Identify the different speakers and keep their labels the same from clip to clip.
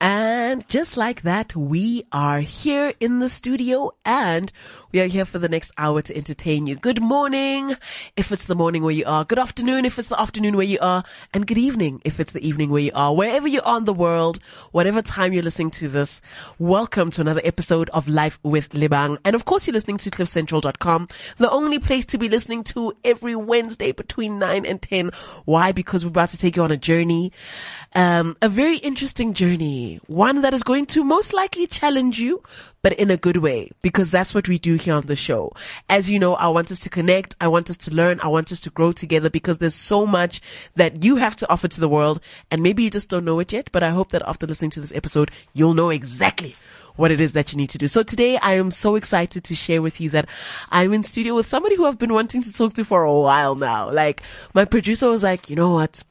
Speaker 1: And just like that, we are here in the studio and we are here for the next hour to entertain you. Good morning, if it's the morning where you are. Good afternoon, if it's the afternoon where you are. And good evening, if it's the evening where you are. Wherever you are in the world, whatever time you're listening to this, welcome to another episode of Life with Libang. And of course, you're listening to cliffcentral.com, the only place to be listening to every Wednesday between 9 and 10. Why? Because we're about to take you on a journey um, a very interesting journey, one that is going to most likely challenge you, but in a good way, because that's what we do here on the show. As you know, I want us to connect, I want us to learn, I want us to grow together because there's so much that you have to offer to the world, and maybe you just don't know it yet, but I hope that after listening to this episode, you'll know exactly what it is that you need to do. So today I am so excited to share with you that I'm in studio with somebody who I've been wanting to talk to for a while now. Like my producer was like, you know what?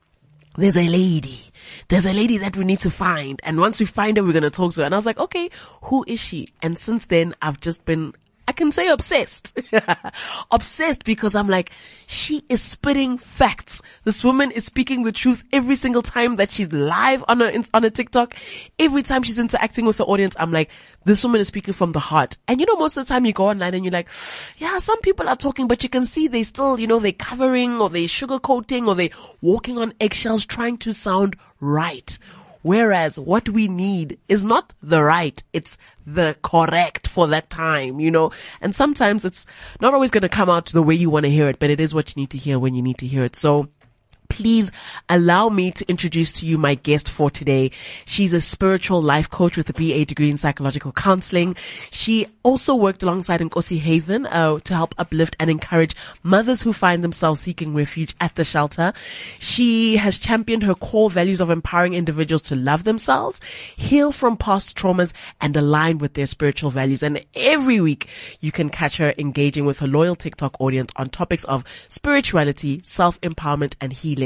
Speaker 1: there's a lady. There's a lady that we need to find. And once we find her, we're going to talk to her. And I was like, okay, who is she? And since then, I've just been, I can say obsessed. obsessed because I'm like, she is spitting facts. This woman is speaking the truth every single time that she's live on her, on her TikTok. Every time she's interacting with the audience, I'm like, this woman is speaking from the heart. And you know, most of the time you go online and you're like, yeah, some people are talking, but you can see they still, you know, they're covering or they're sugarcoating or they walking on eggshells trying to sound right. Whereas what we need is not the right, it's the correct for that time, you know? And sometimes it's not always going to come out the way you want to hear it, but it is what you need to hear when you need to hear it. So please allow me to introduce to you my guest for today. She's a spiritual life coach with a BA degree in psychological counseling. She also worked alongside Nkosi Haven uh, to help uplift and encourage mothers who find themselves seeking refuge at the shelter. She has championed her core values of empowering individuals to love themselves, heal from past traumas, and align with their spiritual values. And every week you can catch her engaging with her loyal TikTok audience on topics of spirituality, self-empowerment, and healing.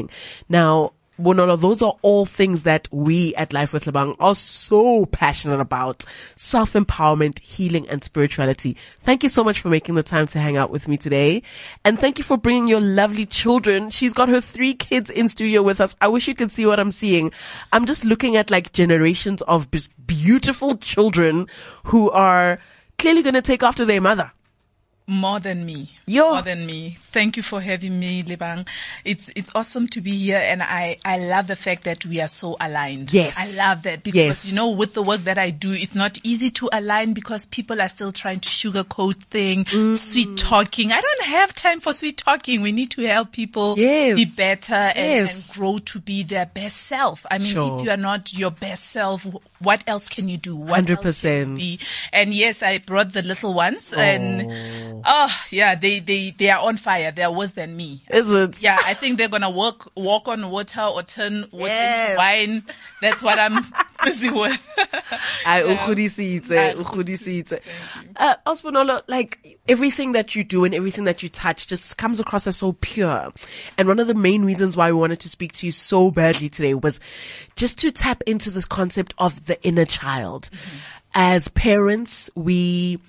Speaker 1: Now, Bonola, those are all things that we at Life with Lebang are so passionate about. Self-empowerment, healing, and spirituality. Thank you so much for making the time to hang out with me today. And thank you for bringing your lovely children. She's got her three kids in studio with us. I wish you could see what I'm seeing. I'm just looking at like generations of b- beautiful children who are clearly going to take after their mother.
Speaker 2: More than me.
Speaker 1: Yo.
Speaker 2: More than me. Thank you for having me, Lebang. It's it's awesome to be here and I, I love the fact that we are so aligned.
Speaker 1: Yes.
Speaker 2: I love that because
Speaker 1: Yes.
Speaker 2: you know with the work that I do it's not easy to align because people are still trying to sugarcoat thing,
Speaker 1: Mm.
Speaker 2: sweet talking. I don't have time for sweet talking. We need to help people
Speaker 1: Yes.
Speaker 2: be better and,
Speaker 1: Yes.
Speaker 2: and grow to be their best self. I mean
Speaker 1: Sure.
Speaker 2: if you are not your best self, wh- what else can you do? What else can
Speaker 1: 100%.
Speaker 2: you be? And yes, I brought the little ones and oh yeah, they, they, they are on fire. They are worse than me.
Speaker 1: Is it?
Speaker 2: Yeah, I think they're gonna walk walk on water or turn water
Speaker 1: Yes.
Speaker 2: into wine. That's what I'm busy with.
Speaker 1: I ukhulisitse, ukhulisitse. Uh, Osbonolo, like everything that you do and everything that you touch just comes across as so pure. And one of the main reasons why we wanted to speak to you so badly today was just to tap into this concept of the inner child. As parents, we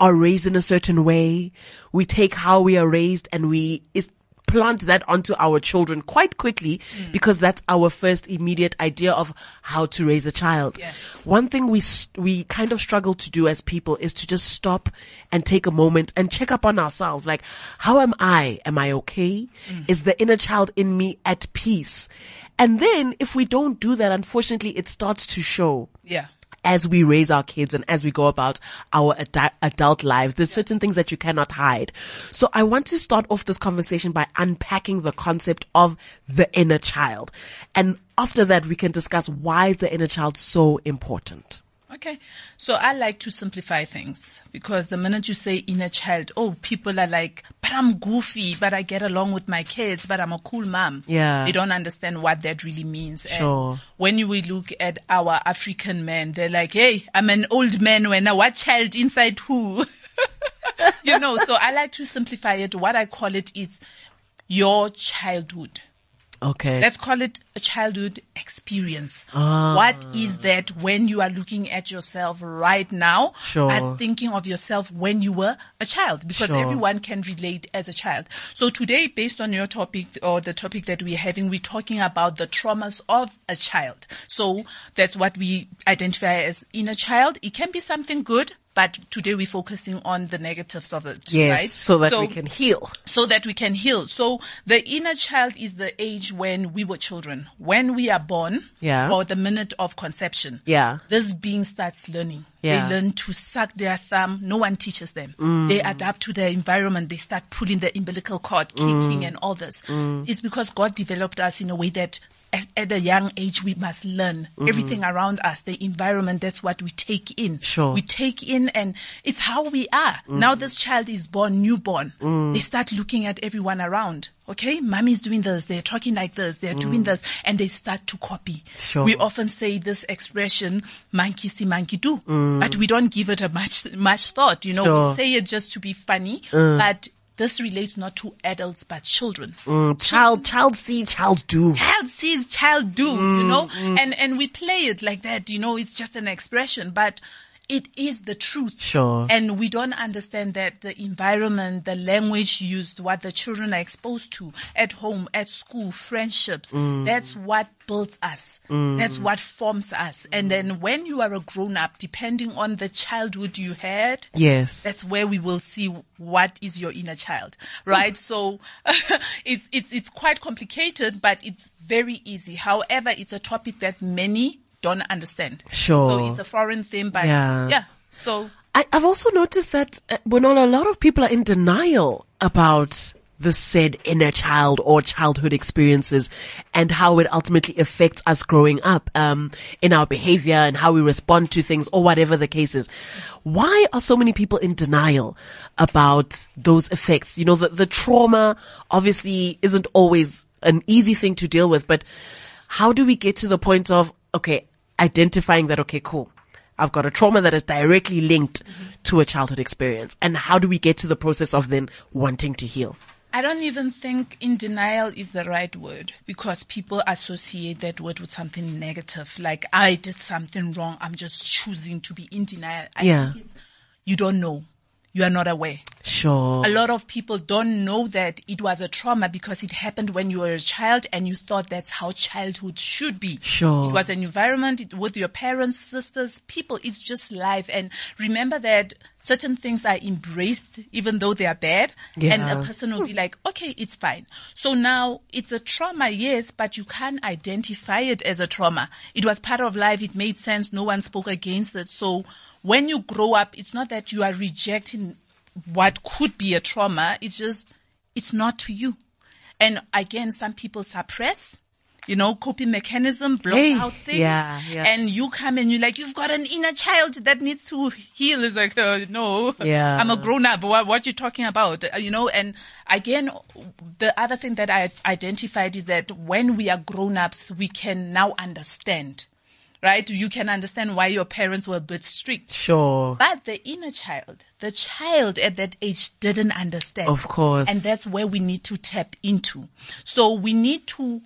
Speaker 1: are raised in a certain way. We take how we are raised and we is plant that onto our children quite quickly because that's our first immediate idea of how to raise a child. One thing we s- we kind of struggle to do as people is to just stop and take a moment and check up on ourselves like how am I? Am I okay? Is the inner child in me at peace? And then if we don't do that unfortunately it starts to show
Speaker 2: Yeah.
Speaker 1: as we raise our kids and as we go about our adu- adult lives, there's certain things that you cannot hide. So I want to start off this conversation by unpacking the concept of the inner child. And after that, we can discuss why is the inner child so important?
Speaker 2: Okay. So I like to simplify things because the minute you say inner child, oh, people are like, but I'm goofy, but I get along with my kids, but I'm a cool mom.
Speaker 1: Yeah.
Speaker 2: They don't understand what that really means. And
Speaker 1: Sure.
Speaker 2: when you will look at our African men, they're like, hey, I'm an old man when I what child inside who? you know, so I like to simplify it. What I call it is your childhood.
Speaker 1: Okay. Ah.
Speaker 2: Let's call it a childhood experience. What is that when you are looking at yourself right now
Speaker 1: Sure.
Speaker 2: and thinking of yourself when you were a child? Because
Speaker 1: Sure.
Speaker 2: everyone can relate as a child. So today, based on your topic or the topic that we're having, we're talking about the traumas of a child. So that's what we identify as inner child. It can be something good. But today we're focusing on the negatives of it,
Speaker 1: Yes.
Speaker 2: right?
Speaker 1: So that we can heal.
Speaker 2: so that we can heal. So the inner child is the age when we were children, when we are born,
Speaker 1: Yeah.
Speaker 2: or the minute of conception.
Speaker 1: Yeah.
Speaker 2: This being starts learning.
Speaker 1: Yeah. Mm.
Speaker 2: They learn to suck their thumb. No one teaches them. They adapt to their environment. They start pulling the umbilical cord, kicking
Speaker 1: Mm.
Speaker 2: and all this. It's because God developed us in a way that as- at a young age, we must learn
Speaker 1: Mm.
Speaker 2: everything around us, the environment. That's what we take in.
Speaker 1: Sure. Mm.
Speaker 2: We take in and it's how we are. Now this child is born, newborn. They start looking at everyone around. Okay, mommy's doing this, they're talking like this, they're doing this, and they start to copy.
Speaker 1: Mm. Sure.
Speaker 2: We often say this expression, monkey see, monkey do, but we don't give it a much, much thought. You know,
Speaker 1: Sure.
Speaker 2: we say it just to be funny, but this relates not to adults, but children
Speaker 1: Child, child see, child do. Mm,
Speaker 2: child sees child do you know and and we play it like that you know it's just an expression but it is the truth
Speaker 1: Sure.
Speaker 2: and we don't understand that the environment the language used what the children are exposed to at home at school friendships
Speaker 1: Mm.
Speaker 2: that's what builds us that's what forms us and then when you are a grown up depending on the childhood you had
Speaker 1: Yes.
Speaker 2: that's where we will see what is your inner child, right? So it's it's it's quite complicated, but it's very easy. However, it's a topic that many don't understand.
Speaker 1: Sure.
Speaker 2: So it's a foreign thing, but
Speaker 1: Yeah.
Speaker 2: yeah. So
Speaker 1: I, I've also noticed that uh, when a lot of people are in denial about the said inner child or childhood experiences and how it ultimately affects us growing up um, in our behavior and how we respond to things or whatever the case is. Why are so many people in denial about those effects? You know, the, the trauma obviously isn't always an easy thing to deal with, but how do we get to the point of, okay, identifying that, okay, cool. I've got a trauma that is directly linked
Speaker 2: Mm-hmm.
Speaker 1: to a childhood experience. And how do we get to the process of then wanting to heal?
Speaker 2: I don't even think in denial is the right word because people associate that word with something negative. Like I did something wrong. I'm just choosing to be in denial. I
Speaker 1: Yeah.
Speaker 2: think it's, you don't know. You are not aware.
Speaker 1: Sure.
Speaker 2: a lot of people don't know that it was a trauma because it happened when you were a child and you thought that's how childhood should be.
Speaker 1: Sure.
Speaker 2: It was an environment it- with your parents, sisters, people. It's just life. And remember that certain things are embraced even though they are bad. And
Speaker 1: Yeah.
Speaker 2: a person will be like, okay, it's fine. So now it's a trauma, yes, but you can't identify it as a trauma. It was part of life. It made sense. No one spoke against it. So when you grow up, it's not that you are rejecting what could be a trauma. It's just, it's not to you. And again, some people suppress, you know, coping mechanism, block
Speaker 1: Hey,
Speaker 2: out things.
Speaker 1: yeah, yeah.
Speaker 2: And you come and you're like, you've got an inner child that needs to heal. It's like, uh, no,
Speaker 1: Yeah.
Speaker 2: I'm a grown up. What, what you talking about? Uh, You know, and again, the other thing that I identified is that when we are grown ups, we can now understand, right? You can understand why your parents were a bit strict.
Speaker 1: sure.
Speaker 2: But the inner child, the child at that age didn't understand.
Speaker 1: Of course.
Speaker 2: And that's where we need to tap into. So we need to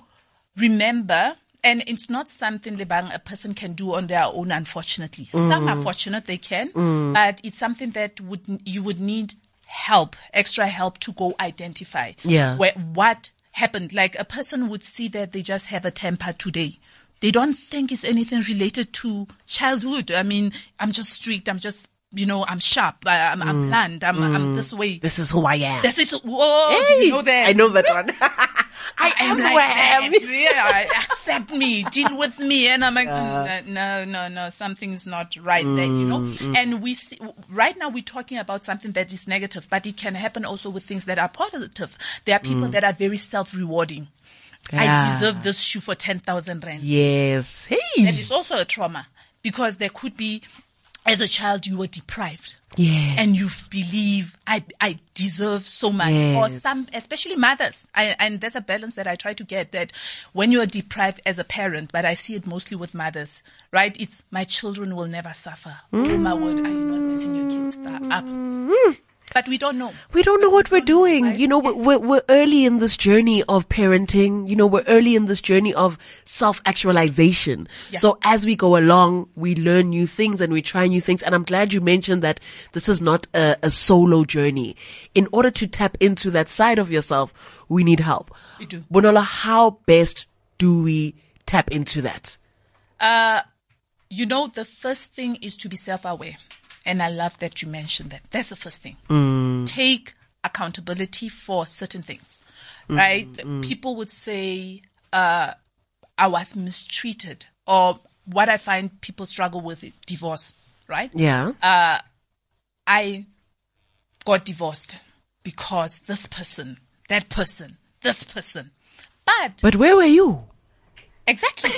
Speaker 2: remember, and it's not something Lebang a person can do on their own, unfortunately.
Speaker 1: Mm.
Speaker 2: Some are fortunate they can, but it's something that would you would need help, extra help to go identify
Speaker 1: Yeah.
Speaker 2: where, Eh, what happened. Like a person would see that they just have a temper today. They don't think it's anything related to childhood. I mean, I'm just strict. I'm just, you know, I'm sharp. I, I'm, I'm blunt. I'm, I'm this way.
Speaker 1: This is who I am.
Speaker 2: This is, whoa, do you know that?
Speaker 1: I know that one. I
Speaker 2: I
Speaker 1: am
Speaker 2: am
Speaker 1: who
Speaker 2: like
Speaker 1: I am.
Speaker 2: that. yeah, accept me, deal with me, and I'm like, "Mm, no, no, no, something's not right there, you know. And we see, right now we're talking about something that is negative, but it can happen also with things that are positive. There are people that are very self-rewarding. I
Speaker 1: Yeah.
Speaker 2: deserve this shoe for ten thousand rand.
Speaker 1: Yes.
Speaker 2: And
Speaker 1: Hey.
Speaker 2: it's also a trauma because there could be, as a child, you were deprived
Speaker 1: Yes.
Speaker 2: and you believe I I deserve so much, or
Speaker 1: Yes.
Speaker 2: some, especially mothers. I, and there's a balance that I try to get that when you are deprived as a parent, but I see it mostly with mothers, right?
Speaker 1: Mm.
Speaker 2: It's my children will never suffer. Oh my word, are you not messing your kids tha- up? But we don't know.
Speaker 1: We don't know what we're doing. You know, we're, we're, we're early in this journey of parenting. You know, we're early in this journey of self-actualization. So as we go along, we learn new things and we try new things. And I'm glad you mentioned that this is not a, a solo journey. In order to tap into that side of yourself, we need help.
Speaker 2: We do.
Speaker 1: Bonola, how best do we tap into that?
Speaker 2: You know, the first thing is to be self aware. And I love that you mentioned that. That's the first thing. Take accountability for certain things, right? People would say, uh, I was mistreated, or what I find people struggle with is divorce, right?
Speaker 1: Yeah.
Speaker 2: I got divorced because this person, that person, this person. But
Speaker 1: but where were you?
Speaker 2: Exactly.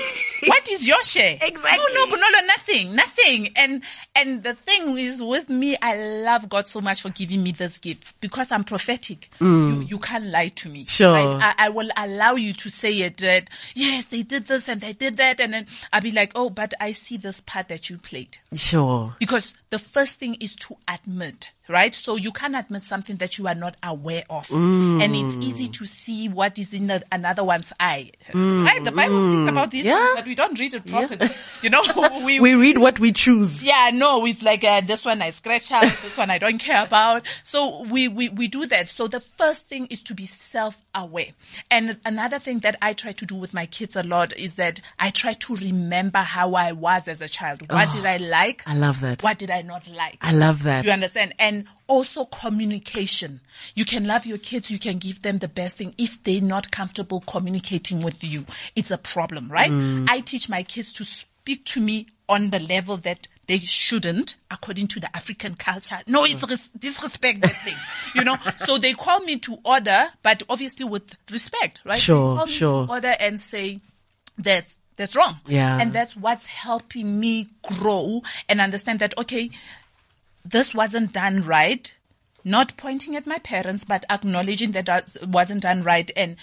Speaker 2: what is your share?
Speaker 1: Exactly.
Speaker 2: No, no, no, no, nothing, nothing. And and the thing is, with me, I love God so much for giving me this gift because I'm prophetic. You, you can't lie to me.
Speaker 1: Mm. Sure.
Speaker 2: Right? I, I will allow you to say it that yes, they did this and they did that, and then I'll be like, oh, but I see this part that you played.
Speaker 1: Sure.
Speaker 2: Because the first thing is to admit, right? So you can admit something that you are not aware of.
Speaker 1: Mm.
Speaker 2: And it's easy to see what is in the, another one's eye. Right? The Bible speaks about these
Speaker 1: Mm. Yeah.
Speaker 2: things, but we don't read it properly. You know, we,
Speaker 1: We read what we choose.
Speaker 2: yeah, no, it's like uh, this one I scratch out, this one I don't care about. So we, we, we do that. So the first thing is to be self aware. And another thing that I try to do with my kids a lot is that I try to remember how I was as a child.
Speaker 1: Ah.
Speaker 2: What did I like?
Speaker 1: I love that.
Speaker 2: What did I not like?
Speaker 1: I love that.
Speaker 2: You understand? And also communication. You can love your kids, you can give them the best thing. If they're not comfortable communicating with you, it's a problem, right?
Speaker 1: Mm.
Speaker 2: I teach my kids to speak to me on the level that they shouldn't, according to the African culture. No, it's
Speaker 1: Mm.
Speaker 2: res- disrespect that thing, you know? So they call me to order, but obviously with respect, right? They
Speaker 1: Sure,
Speaker 2: call me to
Speaker 1: sure.
Speaker 2: order and say, that's that's wrong.
Speaker 1: Yeah.
Speaker 2: And that's what's helping me grow and understand that okay, this wasn't done right. Not pointing at my parents, but acknowledging that that wasn't done right. And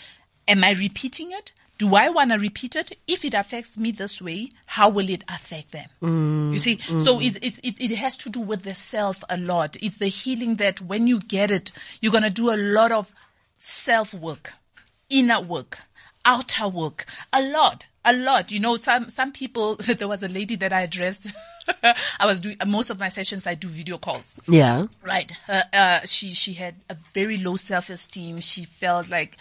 Speaker 2: am I repeating it? Do I want to repeat it? If it affects me this way, how will it affect them? you see, so it's, it's, it, it has to do with the self a lot. It's the healing that when you get it, you're going to do a lot of self work, inner work, outer work, a lot, a lot. You know, some, some people, there was a lady that I addressed. I was doing most of my sessions, I do video calls.
Speaker 1: yeah.
Speaker 2: Right. Her, uh, she she had a very low self esteem. She felt like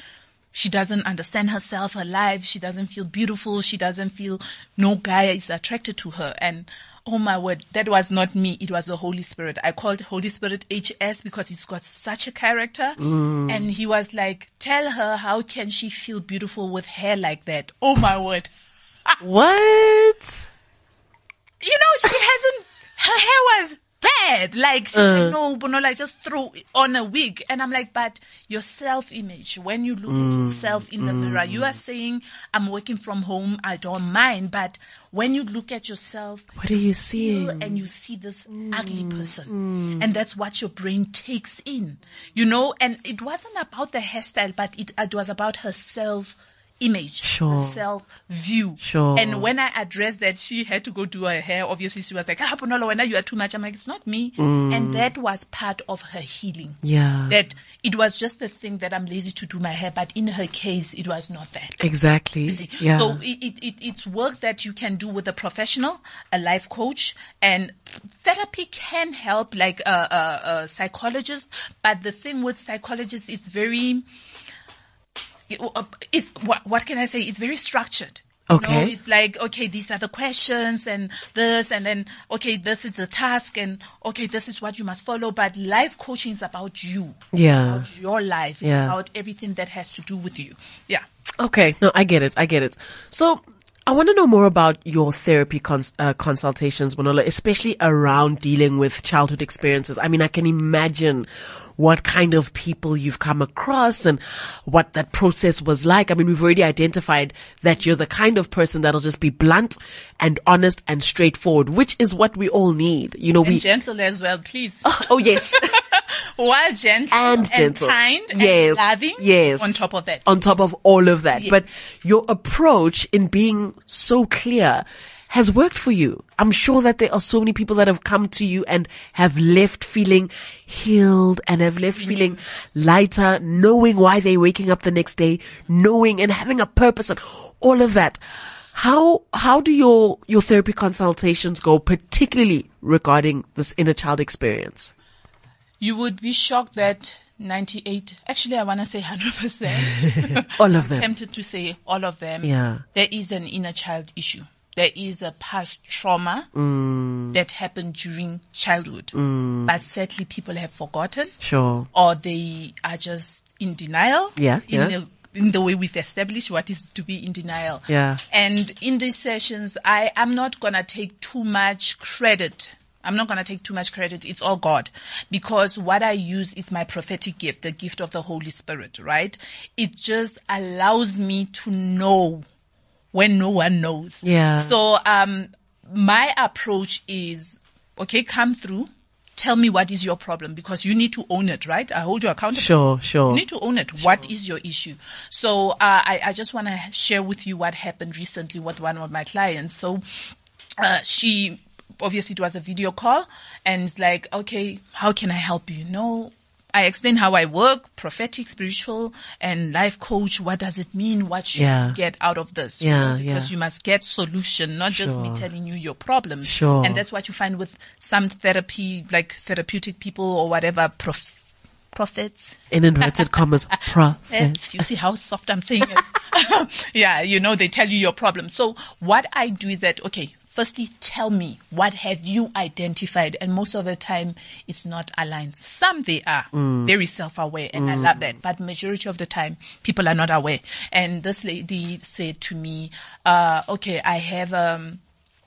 Speaker 2: she doesn't understand herself, her life. She doesn't feel beautiful. She doesn't feel no guy is attracted to her. And oh my word, that was not me. It was the Holy Spirit. I called Holy Spirit HS because he's got such a character. And he was like, tell her how can she feel beautiful with hair like that? Oh my word
Speaker 1: What?
Speaker 2: you know, she hasn't, her hair was bad. Like, she's like, no, but no, like, just throw on a wig. And I'm like, but your self image, when you look at yourself in the mirror, you are saying, I'm working from home, I don't mind. But when you look at yourself,
Speaker 1: What are you
Speaker 2: feel
Speaker 1: seeing?
Speaker 2: and you see this
Speaker 1: Mm.
Speaker 2: ugly person. And that's what your brain takes in, you know? And it wasn't about the hairstyle, but it, it was about her self image,
Speaker 1: Sure.
Speaker 2: self view.
Speaker 1: Sure.
Speaker 2: And when I addressed that, she had to go do her hair. Obviously, she was like, ah, Ponolo, when you are too much. I'm like, it's not me. And that was part of her healing.
Speaker 1: Mm. Yeah.
Speaker 2: That it was just the thing that I'm lazy to do my hair, but in her case, it was not that.
Speaker 1: Exactly.
Speaker 2: See,
Speaker 1: Yeah.
Speaker 2: So it, it, it, it's work that you can do with a professional, a life coach, and therapy can help, like a, a, a psychologist. But the thing with psychologists, it's very, it, it, what, what can I say? It's very structured. You
Speaker 1: Okay.
Speaker 2: know, it's like, okay, these are the questions and this, and then, okay, this is the task, and okay, this is what you must follow. But life coaching is about you.
Speaker 1: Yeah.
Speaker 2: About your life. It's
Speaker 1: Yeah.
Speaker 2: about everything that has to do with you. Yeah.
Speaker 1: Okay, no, I get it. I get it. So I want to know more about your therapy cons- uh, consultations, Bonola, especially around dealing with childhood experiences. I mean, I can imagine what kind of people you've come across and what that process was like. I mean, we've already identified that you're the kind of person that'll just be blunt and honest and straightforward, which is what we all need. You know, we,
Speaker 2: And gentle as well, please.
Speaker 1: oh yes.
Speaker 2: While gentle
Speaker 1: and gentle,
Speaker 2: kind
Speaker 1: yes,
Speaker 2: and loving.
Speaker 1: yes.
Speaker 2: On top of that.
Speaker 1: on top of all of that, but your approach in being so clear has worked for you. I'm sure that there are so many people that have come to you and have left feeling healed and have left
Speaker 2: Mm-hmm.
Speaker 1: feeling lighter, knowing why they're waking up the next day, knowing and having a purpose and all of that. How, how do your, your therapy consultations go, particularly regarding this inner child experience?
Speaker 2: You would be shocked that 98, actually, I want to say 100%.
Speaker 1: All of them.
Speaker 2: tempted to say all of them.
Speaker 1: Yeah.
Speaker 2: There is an inner child issue. There is a past trauma
Speaker 1: Mm.
Speaker 2: that happened during childhood. But sadly, people have forgotten
Speaker 1: Sure.
Speaker 2: or they are just in denial.
Speaker 1: Yeah,
Speaker 2: In
Speaker 1: yeah.
Speaker 2: the in the way we've established what is to be in denial.
Speaker 1: Yeah.
Speaker 2: And in these sessions, I am not gonna take too much credit. I'm not gonna take too much credit. It's all God, because what I use is my prophetic gift, the gift of the Holy Spirit. Right? It just allows me to know when no one knows.
Speaker 1: Yeah.
Speaker 2: So um my approach is okay, come through, tell me what is your problem because you need to own it, right? I hold you accountable.
Speaker 1: Sure, sure.
Speaker 2: You need to own it. What is your issue? So uh, I, I just want to share with you what happened recently with one of my clients. So uh, she obviously it was a video call and it's like, okay, how can I help you? No. I explain how I work, prophetic, spiritual, and life coach. What does it mean? What should
Speaker 1: Yeah.
Speaker 2: you get out of this? you
Speaker 1: Yeah,
Speaker 2: know, because
Speaker 1: yeah.
Speaker 2: you must get solution, not just me
Speaker 1: Sure.
Speaker 2: telling you your problems.
Speaker 1: Sure.
Speaker 2: And that's what you find with some therapy, like therapeutic people or whatever, prof- prophets.
Speaker 1: In inverted commas, prophet.
Speaker 2: Yes, you see how soft I'm saying it. yeah, you know, they tell you your problem. So what I do is that, okay, firstly, tell me what have you identified? And most of the time, it's not aligned. Some they are very self-aware and I love that. But majority of the time, people are not aware. And this lady said to me, uh, okay, I have, um,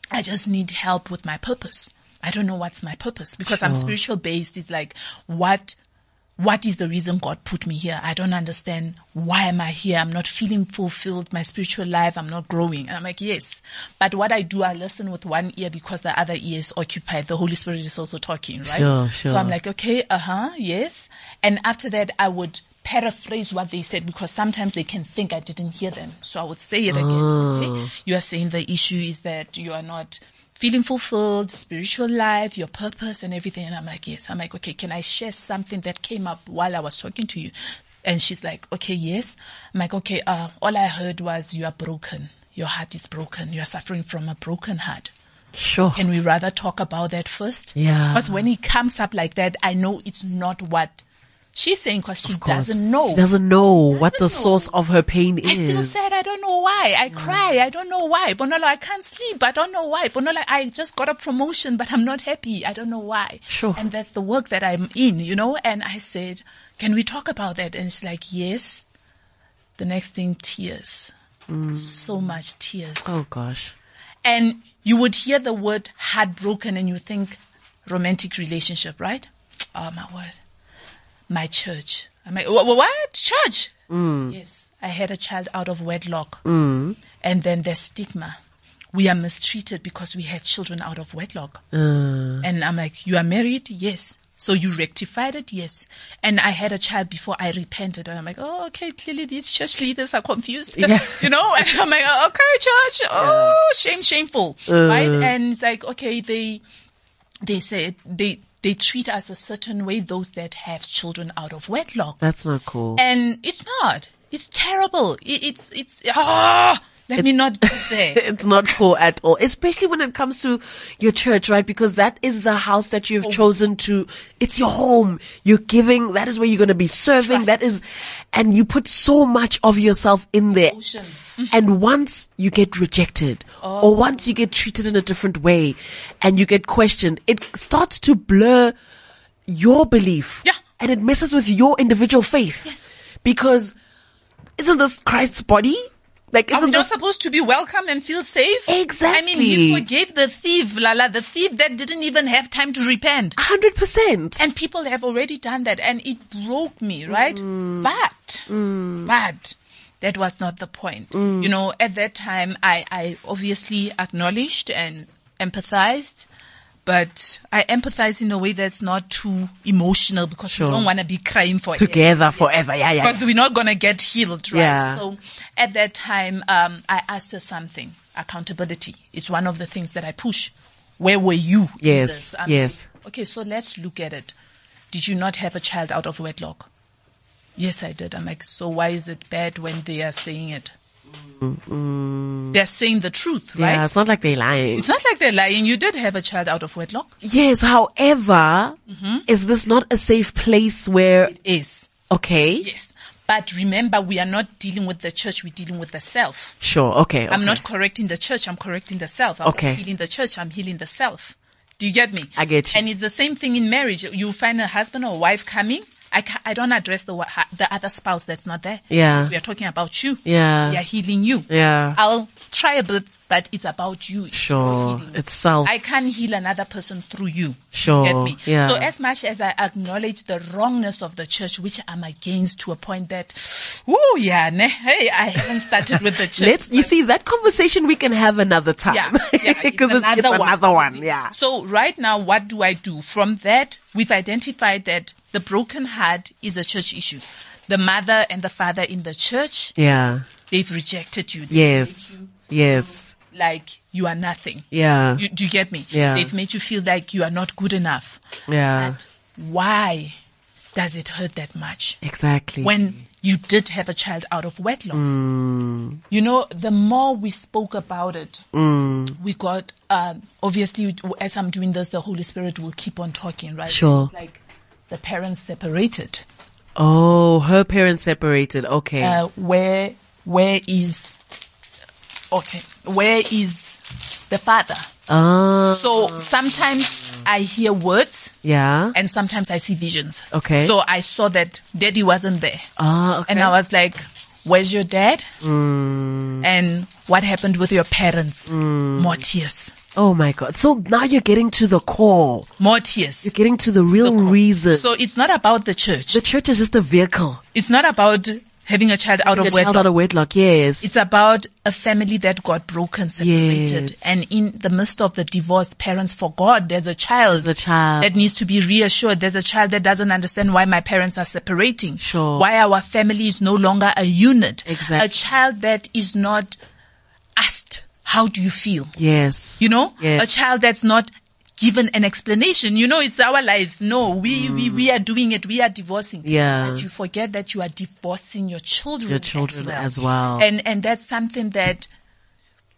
Speaker 2: I just need help with my purpose. I don't know what's my purpose because I'm spiritual based. It's like, what, what is the reason God put me here? I don't understand. Why am I here? I'm not feeling fulfilled. My spiritual life, I'm not growing. And I'm like, yes. But what I do, I listen with one ear because the other ear is occupied. The Holy Spirit is also talking, right?
Speaker 1: Sure,
Speaker 2: So
Speaker 1: sure.
Speaker 2: I'm like, okay, uh huh, yes. And after that, I would paraphrase what they said because sometimes they can think I didn't hear them. So I would say it again. Okay? You are saying the issue is that you are not feeling fulfilled, spiritual life, your purpose, and everything. And I'm like, yes. I'm like, okay, can I share something that came up while I was talking to you? And she's like, okay, yes. I'm like, okay, uh, all I heard was you are broken. Your heart is broken. You are suffering from a broken heart.
Speaker 1: Sure.
Speaker 2: Can we rather talk about that first?
Speaker 1: Yeah.
Speaker 2: Because when it comes up like that, I know it's not what she's saying because she
Speaker 1: course.
Speaker 2: doesn't know.
Speaker 1: She doesn't know what the
Speaker 2: know.
Speaker 1: source of her pain
Speaker 2: I
Speaker 1: is.
Speaker 2: feel sad. I don't know why. I cry. I don't know why. Bonola, I can't sleep. I don't know why. Bonola, I just got a promotion, but I'm not happy. I don't know why.
Speaker 1: Sure.
Speaker 2: And that's the work that I'm in, you know? And I said, Can we talk about that? And she's like, Yes. The next thing, tears. So much tears.
Speaker 1: Mm. Oh gosh.
Speaker 2: And you would hear the word heartbroken and you think romantic relationship, right? Oh my word. My church. I'm like, "Wha- wha- what? Church? Yes. I had a child out of wedlock. And then there's stigma. We are mistreated because we had children out of wedlock. And I'm like, you are married? Yes. So you rectified it? Yes. And I had a child before I repented. And I'm like, oh, okay, clearly these church leaders are confused.
Speaker 1: Yeah.
Speaker 2: you know? And I'm like, "Oh, okay, church. Oh, shame, shameful. Right? And it's like, okay, they, they say, they, they treat us a certain way, those that have children out of wedlock.
Speaker 1: That's not cool.
Speaker 2: And it's not. It's terrible. It, it's, it's, ah, let me not get there.
Speaker 1: it's not cool at all, especially when it comes to your church, right? Because that is the house that
Speaker 2: Oh.
Speaker 1: you've chosen to, it's your home. You're giving, that is where you're going to be serving.
Speaker 2: Trust.
Speaker 1: That is, and you put so much of yourself in there.
Speaker 2: Ocean.
Speaker 1: And once you get rejected
Speaker 2: Oh.
Speaker 1: or once you get treated in a different way and you get questioned, it starts to blur your belief.
Speaker 2: Yeah.
Speaker 1: And it messes with your individual faith.
Speaker 2: Yes.
Speaker 1: Because isn't this Christ's body? Like,
Speaker 2: Are we
Speaker 1: isn't
Speaker 2: not
Speaker 1: this
Speaker 2: supposed to be welcome and feel safe? I mean,
Speaker 1: Exactly.
Speaker 2: he forgave the thief, Lala, the thief that didn't even have time to repent.
Speaker 1: hundred percent?
Speaker 2: And people have already done that, and it broke me, right? But, but that was not the point. You know, at that time, I, I obviously acknowledged and empathized, but I empathize in a way that's not too emotional because
Speaker 1: Sure.
Speaker 2: we don't want to be crying for it
Speaker 1: together forever. Yeah, yeah.
Speaker 2: because we're not gonna get healed, right?
Speaker 1: Yeah.
Speaker 2: So at that time, um, I asked her something. accountability. It's one of the things that I push. Where were you? in
Speaker 1: Yes,
Speaker 2: this? I'm
Speaker 1: yes.
Speaker 2: like, okay, so let's look at it. Did you not have a child out of wedlock? Yes, I did. I'm like, so why is it bad when they are saying it? They're saying the truth, right?
Speaker 1: Yeah, it's not like they're lying.
Speaker 2: It's not like they're lying. You did have a child out of wedlock.
Speaker 1: Yes, however,
Speaker 2: Mm-hmm.
Speaker 1: is this not a safe place where,
Speaker 2: Is.
Speaker 1: okay,
Speaker 2: Yes. But remember, we are not dealing with the church, we're dealing with the self.
Speaker 1: sure, okay, okay.
Speaker 2: I'm not correcting the church. I'm correcting the self. I'm
Speaker 1: Okay.
Speaker 2: not healing the church. I'm healing the self. Do you get me?
Speaker 1: I get you.
Speaker 2: And it's the same thing in marriage. You find a husband or wife coming. I, ca- I don't address the wa- ha- the other spouse that's not there.
Speaker 1: Yeah.
Speaker 2: We are talking about you.
Speaker 1: Yeah.
Speaker 2: We are healing you.
Speaker 1: Yeah.
Speaker 2: I'll try a bit, but it's about you. It's your
Speaker 1: Sure.
Speaker 2: healing.
Speaker 1: It's self.
Speaker 2: I can't heal another person through you.
Speaker 1: Sure.
Speaker 2: You get me?
Speaker 1: Yeah.
Speaker 2: So as much as I acknowledge the wrongness of the church, which I'm against to a point that, oh yeah, ne, hey, I haven't started with the church.
Speaker 1: Let's, you see, that conversation we can have another time.
Speaker 2: Yeah, yeah,
Speaker 1: Because it's, another, it's one. another one. Yeah.
Speaker 2: So right now, what do I do? From that, we've identified that the broken heart is a church issue. The mother and the father in the church,
Speaker 1: Yeah.
Speaker 2: they've rejected you.
Speaker 1: Yes. Yes.
Speaker 2: Like you are nothing.
Speaker 1: Yeah.
Speaker 2: You, do you get me?
Speaker 1: Yeah.
Speaker 2: They've made you feel like you are not good enough.
Speaker 1: Yeah.
Speaker 2: But why does it hurt that much?
Speaker 1: Exactly.
Speaker 2: when you did have a child out of wedlock.
Speaker 1: Mm.
Speaker 2: You know, the more we spoke about it,
Speaker 1: Mm.
Speaker 2: we got um, obviously as I'm doing this, the Holy Spirit will keep on talking, right?
Speaker 1: Sure.
Speaker 2: It's like the parents separated.
Speaker 1: oh, her parents separated. Okay.
Speaker 2: Uh, where where is okay? Where is the father?
Speaker 1: Ah.
Speaker 2: So sometimes I hear words
Speaker 1: yeah.
Speaker 2: and sometimes I see visions.
Speaker 1: Okay.
Speaker 2: So I saw that daddy wasn't there.
Speaker 1: Ah, okay. Mm.
Speaker 2: And I was like, where's your dad? And what happened with your parents? More tears.
Speaker 1: oh my God. So now you're getting to the core.
Speaker 2: More tears.
Speaker 1: You're getting to the real reason.
Speaker 2: So it's not about the church.
Speaker 1: the church is just a vehicle.
Speaker 2: It's not about having a child out
Speaker 1: Your
Speaker 2: of
Speaker 1: child
Speaker 2: wedlock.
Speaker 1: out of wedlock. Yes.
Speaker 2: It's about a family that got broken, separated.
Speaker 1: Yes.
Speaker 2: And in the midst of the divorce, parents forgot there's a child.
Speaker 1: There's a child.
Speaker 2: That needs to be reassured. There's a child that doesn't understand why my parents are separating.
Speaker 1: Sure.
Speaker 2: Why our family is no longer a unit.
Speaker 1: Exactly.
Speaker 2: A child that is not asked, how do you feel?
Speaker 1: yes.
Speaker 2: You know?
Speaker 1: Yes.
Speaker 2: A child that's not given an explanation. You know, it's our lives. No, we, we, we are doing it. We are divorcing.
Speaker 1: Yeah.
Speaker 2: But you forget that you are divorcing your children.
Speaker 1: Your children
Speaker 2: as well.
Speaker 1: as well.
Speaker 2: And, and that's something that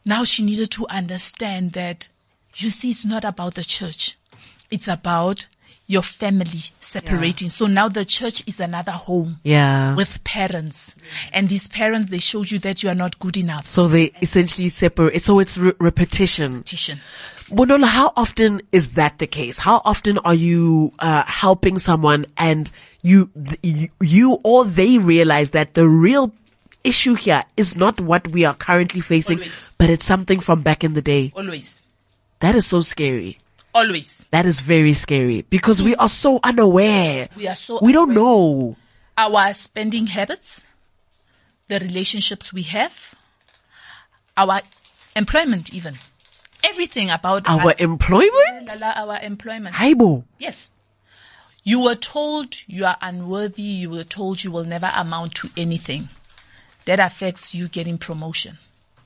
Speaker 2: now she needed to understand that you see, it's not about the church. It's about your family separating. So now the church is another home
Speaker 1: yeah.
Speaker 2: with parents. And these parents, they showed you that you are not good enough.
Speaker 1: so they essentially separate. So it's re- repetition.
Speaker 2: Petition.
Speaker 1: Bonola, how often is that the case? How often are you uh, helping someone and you, th- you you or they realize that the real issue here is not what we are currently facing,
Speaker 2: Always.
Speaker 1: but it's something from back in the day.
Speaker 2: Always.
Speaker 1: That is so scary.
Speaker 2: Always.
Speaker 1: That is very scary because we are so unaware.
Speaker 2: We are so
Speaker 1: We don't
Speaker 2: aware.
Speaker 1: know.
Speaker 2: Our spending habits, the relationships we have, our employment even. Everything about
Speaker 1: Our
Speaker 2: us.
Speaker 1: employment?
Speaker 2: La, la, our employment.
Speaker 1: Haibo.
Speaker 2: Yes. You were told you are unworthy. You were told you will never amount to anything. That affects you getting promotion.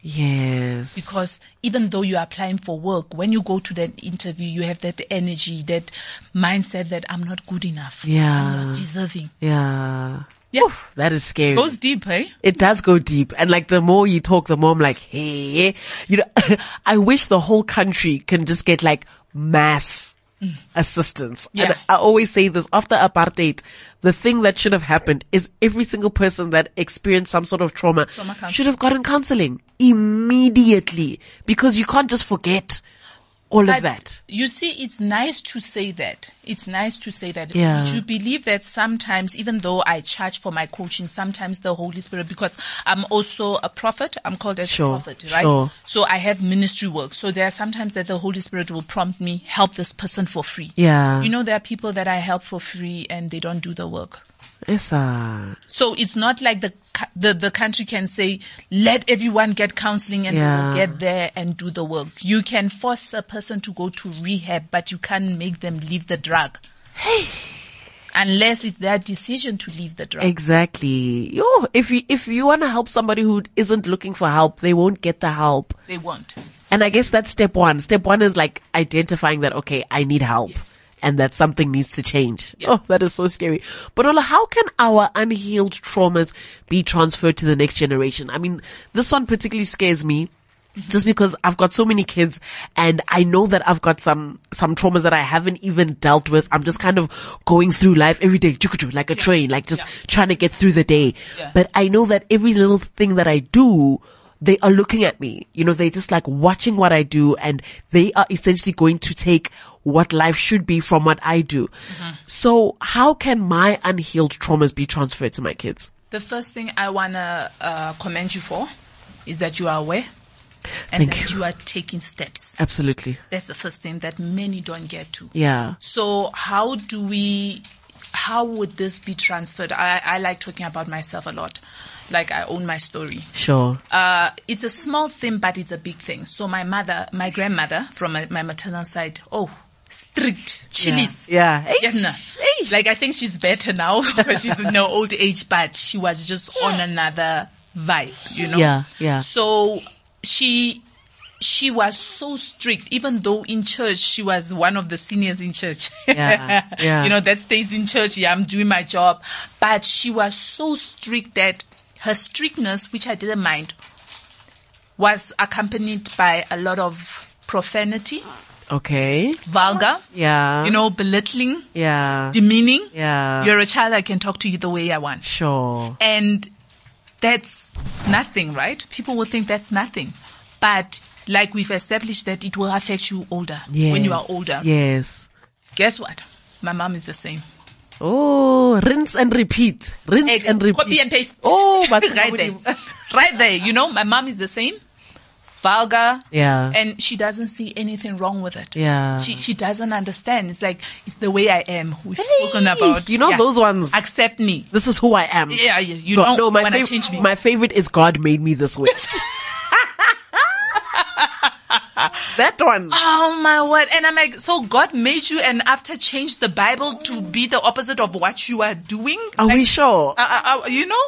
Speaker 1: Yes.
Speaker 2: Because even though you are applying for work, when you go to that interview, you have that energy, that mindset that I'm not good enough. I'm
Speaker 1: Yeah.
Speaker 2: not deserving.
Speaker 1: Yeah.
Speaker 2: Yeah.
Speaker 1: That is scary.
Speaker 2: Goes deep, eh?
Speaker 1: It does go deep. And like the more you talk, the more I'm like, hey, you know, I wish the whole country can just get like mass assistance.
Speaker 2: Mm. Yeah.
Speaker 1: And I always say this after apartheid, the thing that should have happened is every single person that experienced some sort of trauma,
Speaker 2: Trauma counseling.
Speaker 1: should have gotten counseling immediately because you can't just forget all of
Speaker 2: But
Speaker 1: that.
Speaker 2: You see, it's nice to say that. It's nice to say that.
Speaker 1: Yeah.
Speaker 2: Would you believe that sometimes, even though I charge for my coaching, sometimes the Holy Spirit, because I'm also a prophet, I'm called as
Speaker 1: Sure,
Speaker 2: a prophet, right?
Speaker 1: sure.
Speaker 2: So I have ministry work. So there are sometimes that the Holy Spirit will prompt me, help this person for free.
Speaker 1: Yeah.
Speaker 2: You know, there are people that I help for free and they don't do the work.
Speaker 1: It's uh,
Speaker 2: So it's not like the cou- the, the country can say let everyone get counseling and they will
Speaker 1: Yeah.
Speaker 2: get there and do the work. You can force a person to go to rehab, but you can't make them leave the drug. unless it's their decision to leave the drug.
Speaker 1: Exactly. Yo, if you if you want to help somebody who isn't looking for help, they won't get the help.
Speaker 2: They won't.
Speaker 1: And I guess that's step one. Step one is like identifying that okay, I need help.
Speaker 2: Yes.
Speaker 1: And that something needs to change. Oh, that is so scary. But Ola, how can our unhealed traumas be transferred to the next generation? I mean, this one particularly scares me just because I've got so many kids and I know that I've got some, some traumas that I haven't even dealt with. I'm just kind of going through life every day, like a train, like just trying to get through the day.
Speaker 2: Yeah.
Speaker 1: But I know that every little thing that I do, they are looking at me. You know, they're just like watching what I do and they are essentially going to take what life should be from what I do.
Speaker 2: Mm-hmm.
Speaker 1: So how can my unhealed traumas be transferred to my kids?
Speaker 2: The first thing I want to uh, commend you for is that you are aware and
Speaker 1: Thank
Speaker 2: that
Speaker 1: you.
Speaker 2: you. are taking steps.
Speaker 1: Absolutely.
Speaker 2: That's the first thing that many don't get to.
Speaker 1: Yeah.
Speaker 2: So, how do we, how would this be transferred? I, I like talking about myself a lot. Like, I own my story.
Speaker 1: Sure.
Speaker 2: Uh, it's a small thing, but it's a big thing. So, my mother, my grandmother from my, my maternal side, oh, strict, chilies.
Speaker 1: Yeah. Eh,
Speaker 2: Yeah, no. Like I think she's better now because she's in her old age, but she was just on another vibe, you know.
Speaker 1: Yeah, yeah.
Speaker 2: So she she was so strict, even though in church she was one of the seniors in church.
Speaker 1: Yeah, yeah.
Speaker 2: you know that stays in church. Yeah, I'm doing my job, but she was so strict that her strictness, which I didn't mind, was accompanied by a lot of profanity,
Speaker 1: Okay.
Speaker 2: vulgar,
Speaker 1: Yeah.
Speaker 2: you know, belittling
Speaker 1: Yeah.
Speaker 2: demeaning.
Speaker 1: Yeah.
Speaker 2: You're a child, I can talk to you the way I want.
Speaker 1: sure.
Speaker 2: And that's nothing, right? People will think that's nothing. But like we've established that it will affect you older when you are
Speaker 1: Yes.
Speaker 2: older.
Speaker 1: Yes.
Speaker 2: Guess what? My mom is the same.
Speaker 1: Oh, rinse and repeat. Rinse
Speaker 2: Egg,
Speaker 1: and repeat.
Speaker 2: copy and paste.
Speaker 1: Oh, but
Speaker 2: right there. right there. You know, my mom is the same. Vulgar.
Speaker 1: Yeah.
Speaker 2: And she doesn't see anything wrong with it.
Speaker 1: Yeah.
Speaker 2: She she doesn't understand. It's like it's the way I am. We've spoken
Speaker 1: Hey,
Speaker 2: about
Speaker 1: you know those ones.
Speaker 2: Accept me.
Speaker 1: This is who I am.
Speaker 2: Yeah, yeah, you
Speaker 1: God-
Speaker 2: don't
Speaker 1: no, my
Speaker 2: wanna
Speaker 1: fav-
Speaker 2: change me.
Speaker 1: My favorite is God made me this way. that one.
Speaker 2: Oh my word. And I'm like, so God made you and after changed the Bible to be the opposite of what you are doing?
Speaker 1: Are we sure?
Speaker 2: Uh, uh, uh, you know?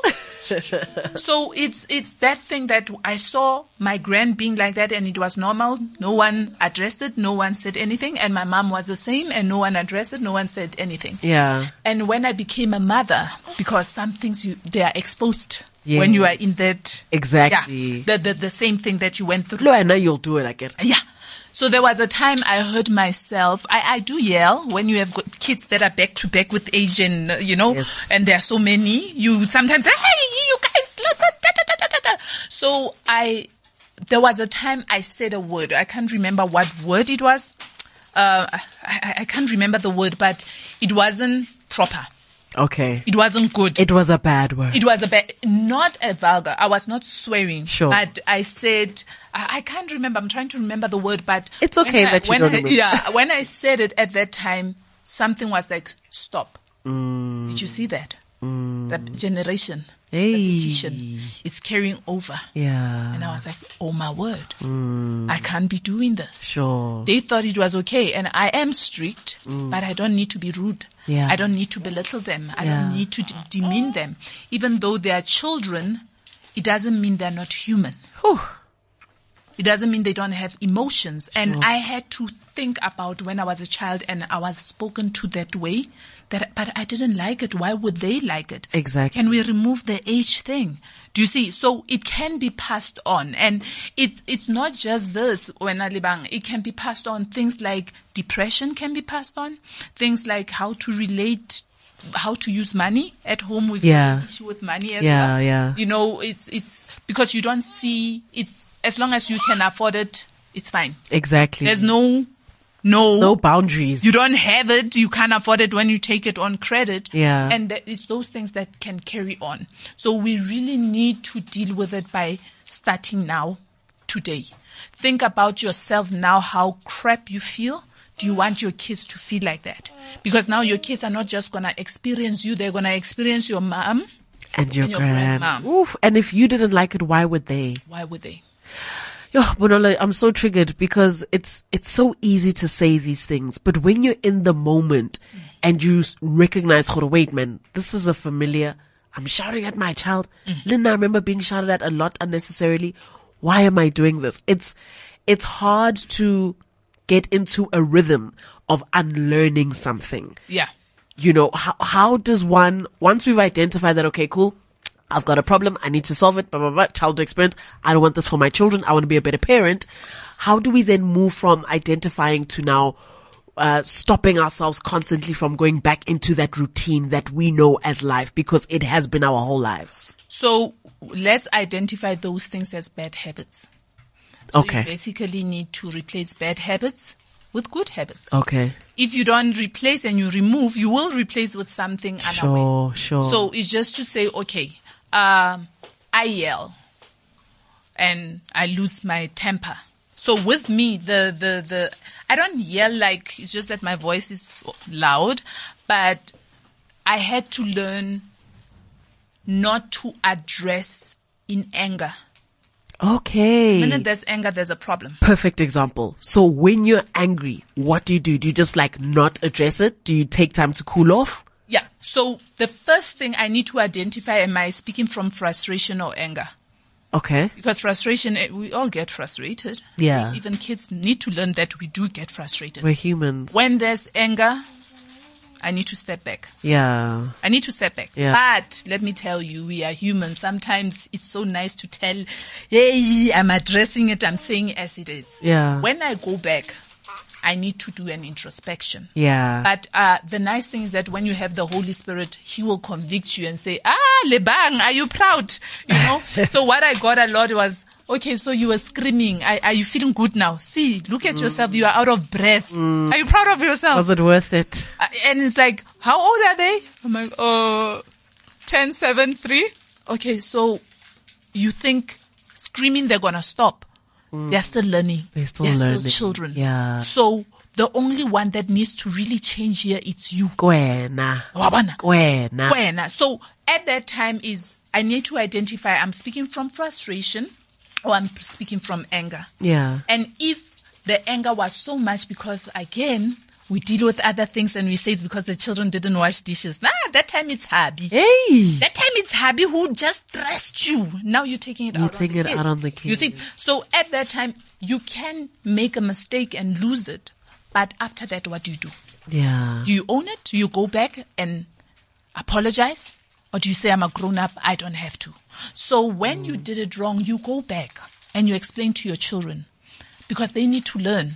Speaker 2: so it's, it's that thing that I saw my grand being like that and it was normal. No one addressed it. No one said anything. And my mom was the same and no one addressed it. No one said anything.
Speaker 1: yeah.
Speaker 2: And when I became a mother, because some things you, they are exposed when you are
Speaker 1: Yes.
Speaker 2: in that.
Speaker 1: Exactly.
Speaker 2: Yeah, the, the, the same thing that you went through.
Speaker 1: No, I know you'll do it again.
Speaker 2: Yeah. So there was a time I heard myself. I, I do yell when you have got kids that are back to back with age and uh, you know,
Speaker 1: Yes.
Speaker 2: and there are so many. You sometimes say, "Hey, you guys, listen." Da, da, da, da, da, da. So I, there was a time I said a word. I can't remember what word it was. Uh, I- I, I can't remember the word, but it wasn't proper.
Speaker 1: Okay.
Speaker 2: It wasn't good.
Speaker 1: It was a bad word.
Speaker 2: It was a bad, not a vulgar. I was not swearing.
Speaker 1: Sure.
Speaker 2: But I said, I, I can't remember. I'm trying to remember the word, but
Speaker 1: It's
Speaker 2: when
Speaker 1: okay
Speaker 2: I-
Speaker 1: that you
Speaker 2: when
Speaker 1: don't
Speaker 2: I-
Speaker 1: remember.
Speaker 2: Yeah. When I said it at that time, something was like, stop.
Speaker 1: Mm.
Speaker 2: Did you see that? That generation.
Speaker 1: Hey.
Speaker 2: Repetition. It's carrying over.
Speaker 1: yeah. Mm.
Speaker 2: And I was like, oh my word. I can't be doing this.
Speaker 1: Sure.
Speaker 2: They thought it was okay. And I am strict, but I don't need to be rude.
Speaker 1: Mm. Yeah.
Speaker 2: I don't need to belittle them. I don't
Speaker 1: Yeah.
Speaker 2: need to de- demean them. Even though they are children, it doesn't mean they're not human.
Speaker 1: Whew.
Speaker 2: It doesn't mean they don't have emotions. And I had to think about when I was a child and I was spoken to that way that, but I didn't like it. Why would they like it?
Speaker 1: Exactly.
Speaker 2: Can we remove the age thing? Do you see? So it can be passed on. And it's, it's not just this, when Alibang, it can be passed on. Things like depression can be passed on. Things like how to relate how to use money at home with
Speaker 1: Yeah.
Speaker 2: issue with money as
Speaker 1: Yeah,
Speaker 2: well.
Speaker 1: yeah.
Speaker 2: You know, it's it's because you don't see it's as long as you can afford it, it's fine.
Speaker 1: Exactly.
Speaker 2: There's no no,
Speaker 1: no boundaries.
Speaker 2: you don't have it, you can't afford it when you take it on credit.
Speaker 1: Yeah.
Speaker 2: And that it's those things that can carry on. So we really need to deal with it by starting now, today. Think about yourself now, how crap you feel. Do you want your kids to feel like that? Because now your kids are not just going to experience you, they're going to experience your mom.
Speaker 1: and your,
Speaker 2: and your
Speaker 1: grand.
Speaker 2: grandma.
Speaker 1: Oof. And if you didn't like it, why would they?
Speaker 2: Why would they?
Speaker 1: Yo, Bonola, I'm so triggered because it's it's so easy to say these things, but when you're in the moment and you s- recognize, hold on, wait, man, this is a familiar. I'm shouting at my child. Linda, I remember being shouted at a lot unnecessarily. Why am I doing this? It's, it's hard to get into a rhythm of unlearning something
Speaker 2: Yeah.
Speaker 1: you know, how, how does one, once we've identified that, okay, cool, I've got a problem, I need to solve it, blah, blah, blah, childhood experience, I don't want this for my children, I want to be a better parent. How do we then move from identifying to now, uh, stopping ourselves constantly from going back into that routine that we know as life because it has been our whole lives?
Speaker 2: So let's identify those things as bad habits. So
Speaker 1: Okay.
Speaker 2: You basically need to replace bad habits with good habits.
Speaker 1: Okay.
Speaker 2: If you don't replace and you remove, you will replace with something
Speaker 1: Sure,
Speaker 2: unaware.
Speaker 1: sure.
Speaker 2: So it's just to say, okay, um, I yell and I lose my temper. So with me, the, the, the, I don't yell like, it's just that my voice is loud, but I had to learn not to address in anger.
Speaker 1: okay.
Speaker 2: The minute there's anger, there's a problem.
Speaker 1: Perfect example. So when you're angry, what do you do? Do you just like not address it? Do you take time to cool off?
Speaker 2: Yeah. So the first thing I need to identify, am I speaking from frustration or anger?
Speaker 1: Okay.
Speaker 2: Because frustration, eh, we all get frustrated.
Speaker 1: Yeah.
Speaker 2: Even kids need to learn that we do get frustrated.
Speaker 1: We're humans.
Speaker 2: When there's anger, I need to step back.
Speaker 1: Yeah.
Speaker 2: I need to step back.
Speaker 1: Yeah.
Speaker 2: But let me tell you, we are humans. Sometimes it's so nice to tell, hey, I'm addressing it, I'm saying it as it is.
Speaker 1: Yeah.
Speaker 2: When I go back, I need to do an introspection.
Speaker 1: Yeah.
Speaker 2: But uh, the nice thing is that when you have the Holy Spirit, He will convict you and say, "Ah, Lebang, are you proud?" You know. so what I got a lot was, "Okay, so you were screaming. Are, are you feeling good now? See, look at yourself. You are out of breath. Are you proud of yourself?"
Speaker 1: Was it worth it?
Speaker 2: Uh, and it's like, "How old are they?" I'm like, "Oh, ten, seven, three. Okay, so you think screaming they're gonna stop? They're still learning.
Speaker 1: Mm. They're still learning.
Speaker 2: children.
Speaker 1: Yeah.
Speaker 2: So. The only one that needs to really change here, it's you.
Speaker 1: Gwena.
Speaker 2: Wabana.
Speaker 1: Gwena.
Speaker 2: Wena. So at that time is I need to identify I'm speaking from frustration or I'm speaking from anger.
Speaker 1: Yeah.
Speaker 2: And if the anger was so much because again we deal with other things and we say it's because the children didn't wash dishes. Nah, that time it's hubby.
Speaker 1: Hey.
Speaker 2: That time it's hubby who just dressed you. Now you're taking it out on
Speaker 1: taking
Speaker 2: the
Speaker 1: it
Speaker 2: kids.
Speaker 1: out on the
Speaker 2: You see, so at that time you can make a mistake and lose it, but after that, what do you do?
Speaker 1: Yeah.
Speaker 2: Do you own it? Do you go back and apologize? Or do you say, I'm a grown up, I don't have to? So when you did it wrong, you go back and you explain to your children because they need to learn.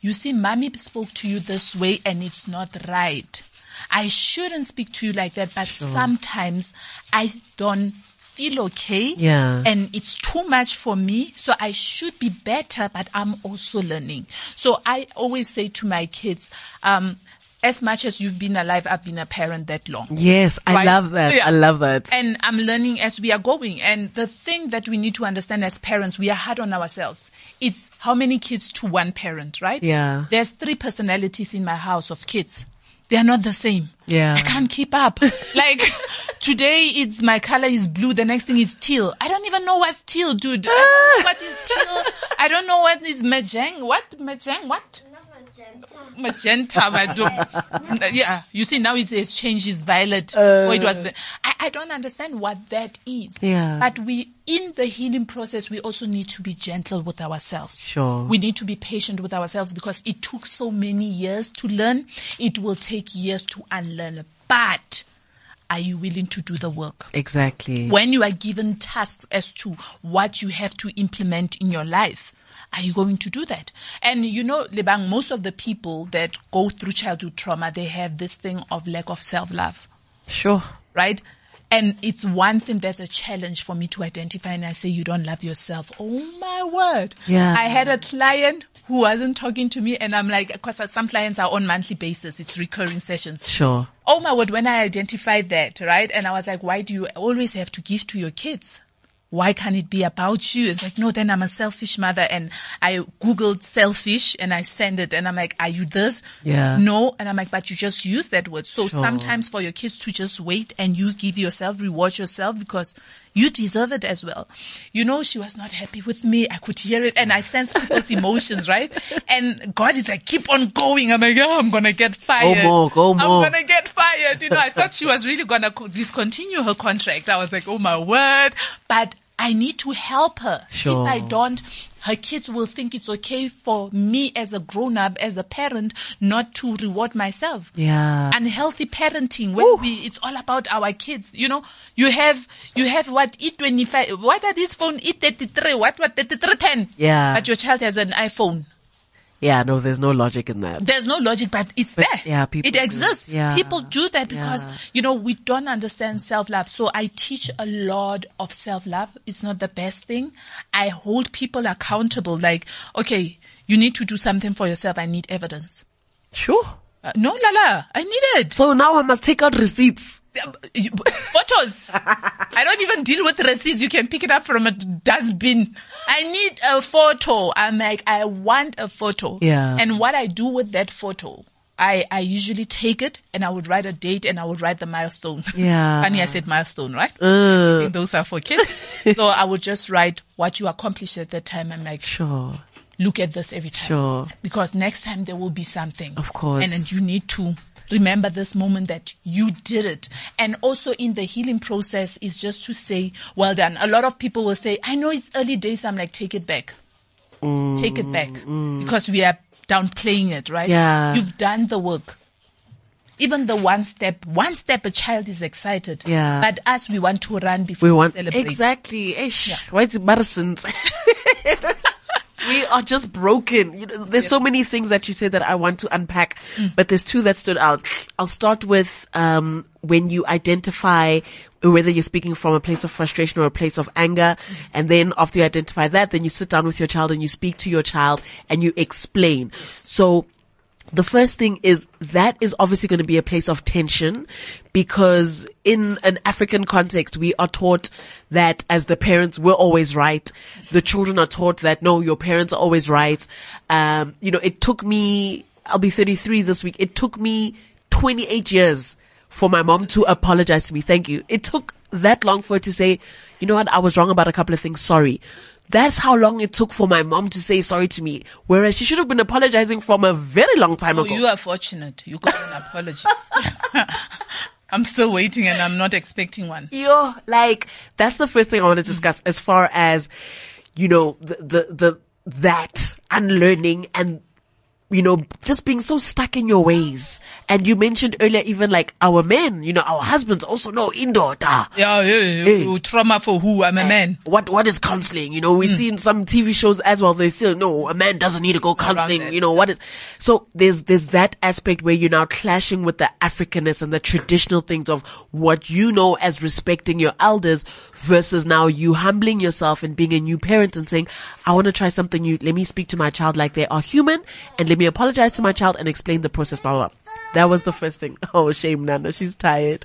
Speaker 2: You see, mommy spoke to you this way and it's not right. I shouldn't speak to you like that, but sometimes I don't feel okay.
Speaker 1: Yeah.
Speaker 2: And it's too much for me. So I should be better, but I'm also learning. So I always say to my kids, um, as much as you've been alive, I've been a parent that long.
Speaker 1: Yes. I
Speaker 2: Right.
Speaker 1: love that.
Speaker 2: Yeah.
Speaker 1: I love that.
Speaker 2: And I'm learning as we are going. And the thing that we need to understand as parents, we are hard on ourselves. It's how many kids to one parent, right?
Speaker 1: Yeah.
Speaker 2: There's three personalities in my house of kids. They are not the same.
Speaker 1: Yeah.
Speaker 2: I can't keep up. like today it's my color is blue, the next thing is teal. I don't even know what's teal, dude. I don't know what is teal? I don't know what is majang. What majang? What? magenta, but do- yeah. You see, now it says change is violet.
Speaker 1: Uh.
Speaker 2: or it was. the- I, I don't understand what that is.
Speaker 1: Yeah.
Speaker 2: But we, in the healing process, we also need to be gentle with ourselves.
Speaker 1: Sure.
Speaker 2: We need to be patient with ourselves because it took so many years to learn. It will take years to unlearn. But are you willing to do the work?
Speaker 1: Exactly.
Speaker 2: when you are given tasks as to what you have to implement in your life, are you going to do that? And you know, Lebang, most of the people that go through childhood trauma, they have this thing of lack of self love,
Speaker 1: Sure.
Speaker 2: right? And it's one thing that's a challenge for me to identify. And I say, you don't love yourself. Oh my word.
Speaker 1: Yeah.
Speaker 2: I had a client who wasn't talking to me. And I'm like, because some clients are on monthly basis. It's recurring sessions.
Speaker 1: Sure.
Speaker 2: Oh my word, when I identified that, right? And I was like, why do you always have to give to your kids? Why can't it be about you? It's like, no, then I'm a selfish mother. And I Googled selfish and I sent it and I'm like, are you this?
Speaker 1: Yeah.
Speaker 2: No. And I'm like, but you just use that word. So
Speaker 1: Sure.
Speaker 2: sometimes for your kids to just wait and you give yourself, reward yourself because You deserve it as well. You know, she was not happy with me. I could hear it and I sense people's emotions, right? And God is like, keep on going. I'm like, oh, I'm going to get fired.
Speaker 1: Go more, go more.
Speaker 2: I'm going to get fired. You know, I thought she was really going to discontinue her contract. I was like, oh my word. But I need to help her.
Speaker 1: Sure.
Speaker 2: If I don't, her kids will think it's okay for me as a grown up, as a parent, not to reward myself
Speaker 1: Yeah.
Speaker 2: unhealthy parenting when we it's all about our kids you know you have you have what e25 what are these phone e33 what what 3310
Speaker 1: Yeah.
Speaker 2: but your child has an iphone
Speaker 1: Yeah, no, there's no logic in that.
Speaker 2: there's no logic but it's there
Speaker 1: yeah, people
Speaker 2: it
Speaker 1: do.
Speaker 2: exists
Speaker 1: Yeah.
Speaker 2: people do that because
Speaker 1: Yeah.
Speaker 2: you know we don't understand self-love so i teach a lot of self-love it's not the best thing i hold people accountable like okay you need to do something for yourself i need evidence
Speaker 1: Sure.
Speaker 2: Uh, no lala i need it
Speaker 1: So now I must take out receipts.
Speaker 2: Um, you- photos. I don't even deal with receipts. You can pick it up from a dustbin. I need a photo. I'm like, I want a photo.
Speaker 1: Yeah.
Speaker 2: And what I do with that photo, I, I usually take it and I would write a date and I would write the milestone.
Speaker 1: Yeah. Uh.
Speaker 2: Funny I said milestone, right? I think those are for kids. so I would just write what you accomplished at that time. I'm like,
Speaker 1: Sure.
Speaker 2: look at this every time.
Speaker 1: Sure.
Speaker 2: Because next time there will be something.
Speaker 1: Of course.
Speaker 2: And then you need to remember this moment that you did it. And also in the healing process is just to say, well done. A lot of people will say, I know it's early days. I'm like, take it back.
Speaker 1: Mm,
Speaker 2: Take it back. Because we are downplaying it, right?
Speaker 1: Yeah.
Speaker 2: You've done the work. Even the one step, one step a child is excited.
Speaker 1: Yeah.
Speaker 2: But us, we want to run before
Speaker 1: We
Speaker 2: we,
Speaker 1: want
Speaker 2: celebrate.
Speaker 1: exactly. Ish. Why is it embarrassing? we are just broken. You know, there's so many things that you said that I want to unpack, but there's two that stood out. I'll start with um, when you identify whether you're speaking from a place of frustration or a place of anger, and then after you identify that, then you sit down with your child and you speak to your child and you explain. So the first thing is that is obviously going to be a place of tension because in an African context, we are taught that as the parents, we're always right. The children are taught that no, your parents are always right. Um, you know, it took me, I'll be 33 this week. It took me 28 years for my mom to apologize to me. Thank you. It took that long for her to say, you know what? I was wrong about a couple of things. Sorry. That's how long it took for my mom to say sorry to me. Whereas she should have been apologizing from a very long time
Speaker 2: Oh,
Speaker 1: ago.
Speaker 2: you are fortunate. You got an apology. I'm still waiting and I'm not expecting one.
Speaker 1: Yo, like that's the first thing I want to discuss as far as you know the the, the that unlearning and you know just being so stuck in your ways. And you mentioned earlier even like our men, you know, our husbands also know indoor.
Speaker 2: Yeah, yeah, yeah. You Trauma for who?
Speaker 1: Ah.
Speaker 2: I'm a man.
Speaker 1: What what is counseling? You know, we see in some TV shows as well. They still no, a man doesn't need to go counseling.
Speaker 2: that.
Speaker 1: You know what is? So there's there's that aspect where you're now clashing with the Africanness and the traditional things of what you know as respecting your elders versus now you humbling yourself and being a new parent and saying, I want to try something new. Let me speak to my child like they are human, and let me apologize to my child and explain the process. Blah blah. blah. That was the first thing. Oh shame, Nana, she's tired.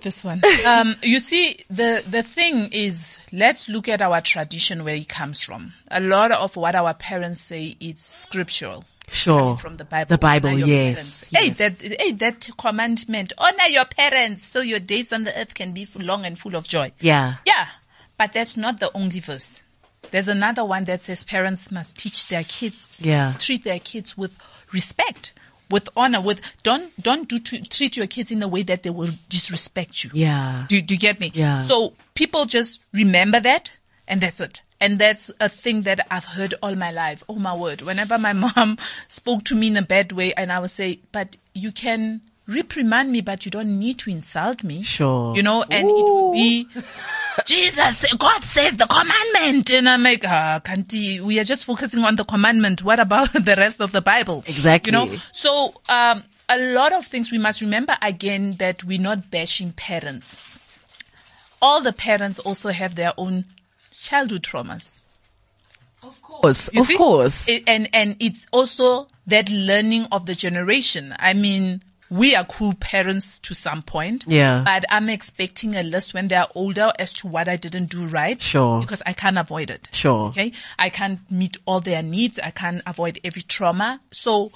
Speaker 2: This one. Um, you see, the, the thing is, let's look at our tradition where it comes from. A lot of what our parents say is scriptural.
Speaker 1: Sure,
Speaker 2: From the Bible.
Speaker 1: Oh. The Bible,
Speaker 2: Honor your
Speaker 1: yes.
Speaker 2: parents. Hey, that, hey, that commandment. Honor your parents so your days on the earth can be full- long and full of joy.
Speaker 1: Yeah.
Speaker 2: Yeah, but that's not the only verse. There's another one that says parents must teach their kids,
Speaker 1: Yeah.
Speaker 2: treat their kids with respect, with honor, with don't don't do to, treat your kids in a way that they will disrespect you.
Speaker 1: Yeah.
Speaker 2: Do, do you get me?
Speaker 1: Yeah.
Speaker 2: So people just remember that and that's it. And that's a thing that I've heard all my life. Oh my word. Whenever my mom spoke to me in a bad way and I would say, but you can reprimand me, but you don't need to insult me.
Speaker 1: Sure.
Speaker 2: You know, and it would be, Jesus, God says the commandment. And I'm like, ah, can't you- we are just focusing on the commandment. What about the rest of the Bible?
Speaker 1: Exactly.
Speaker 2: You know, so, um, a lot of things we must remember again that we're not bashing parents. All the parents also have their own childhood traumas.
Speaker 1: Of course,
Speaker 2: You
Speaker 1: of
Speaker 2: see?
Speaker 1: course.
Speaker 2: It- and and it's also that learning of the generation. I mean, we are cool parents to some point.
Speaker 1: Yeah.
Speaker 2: But I'm expecting a list when they're older as to what I didn't do right.
Speaker 1: Sure.
Speaker 2: Because I can't avoid it.
Speaker 1: Sure.
Speaker 2: Okay. I can't meet all their needs. I can't avoid every trauma. So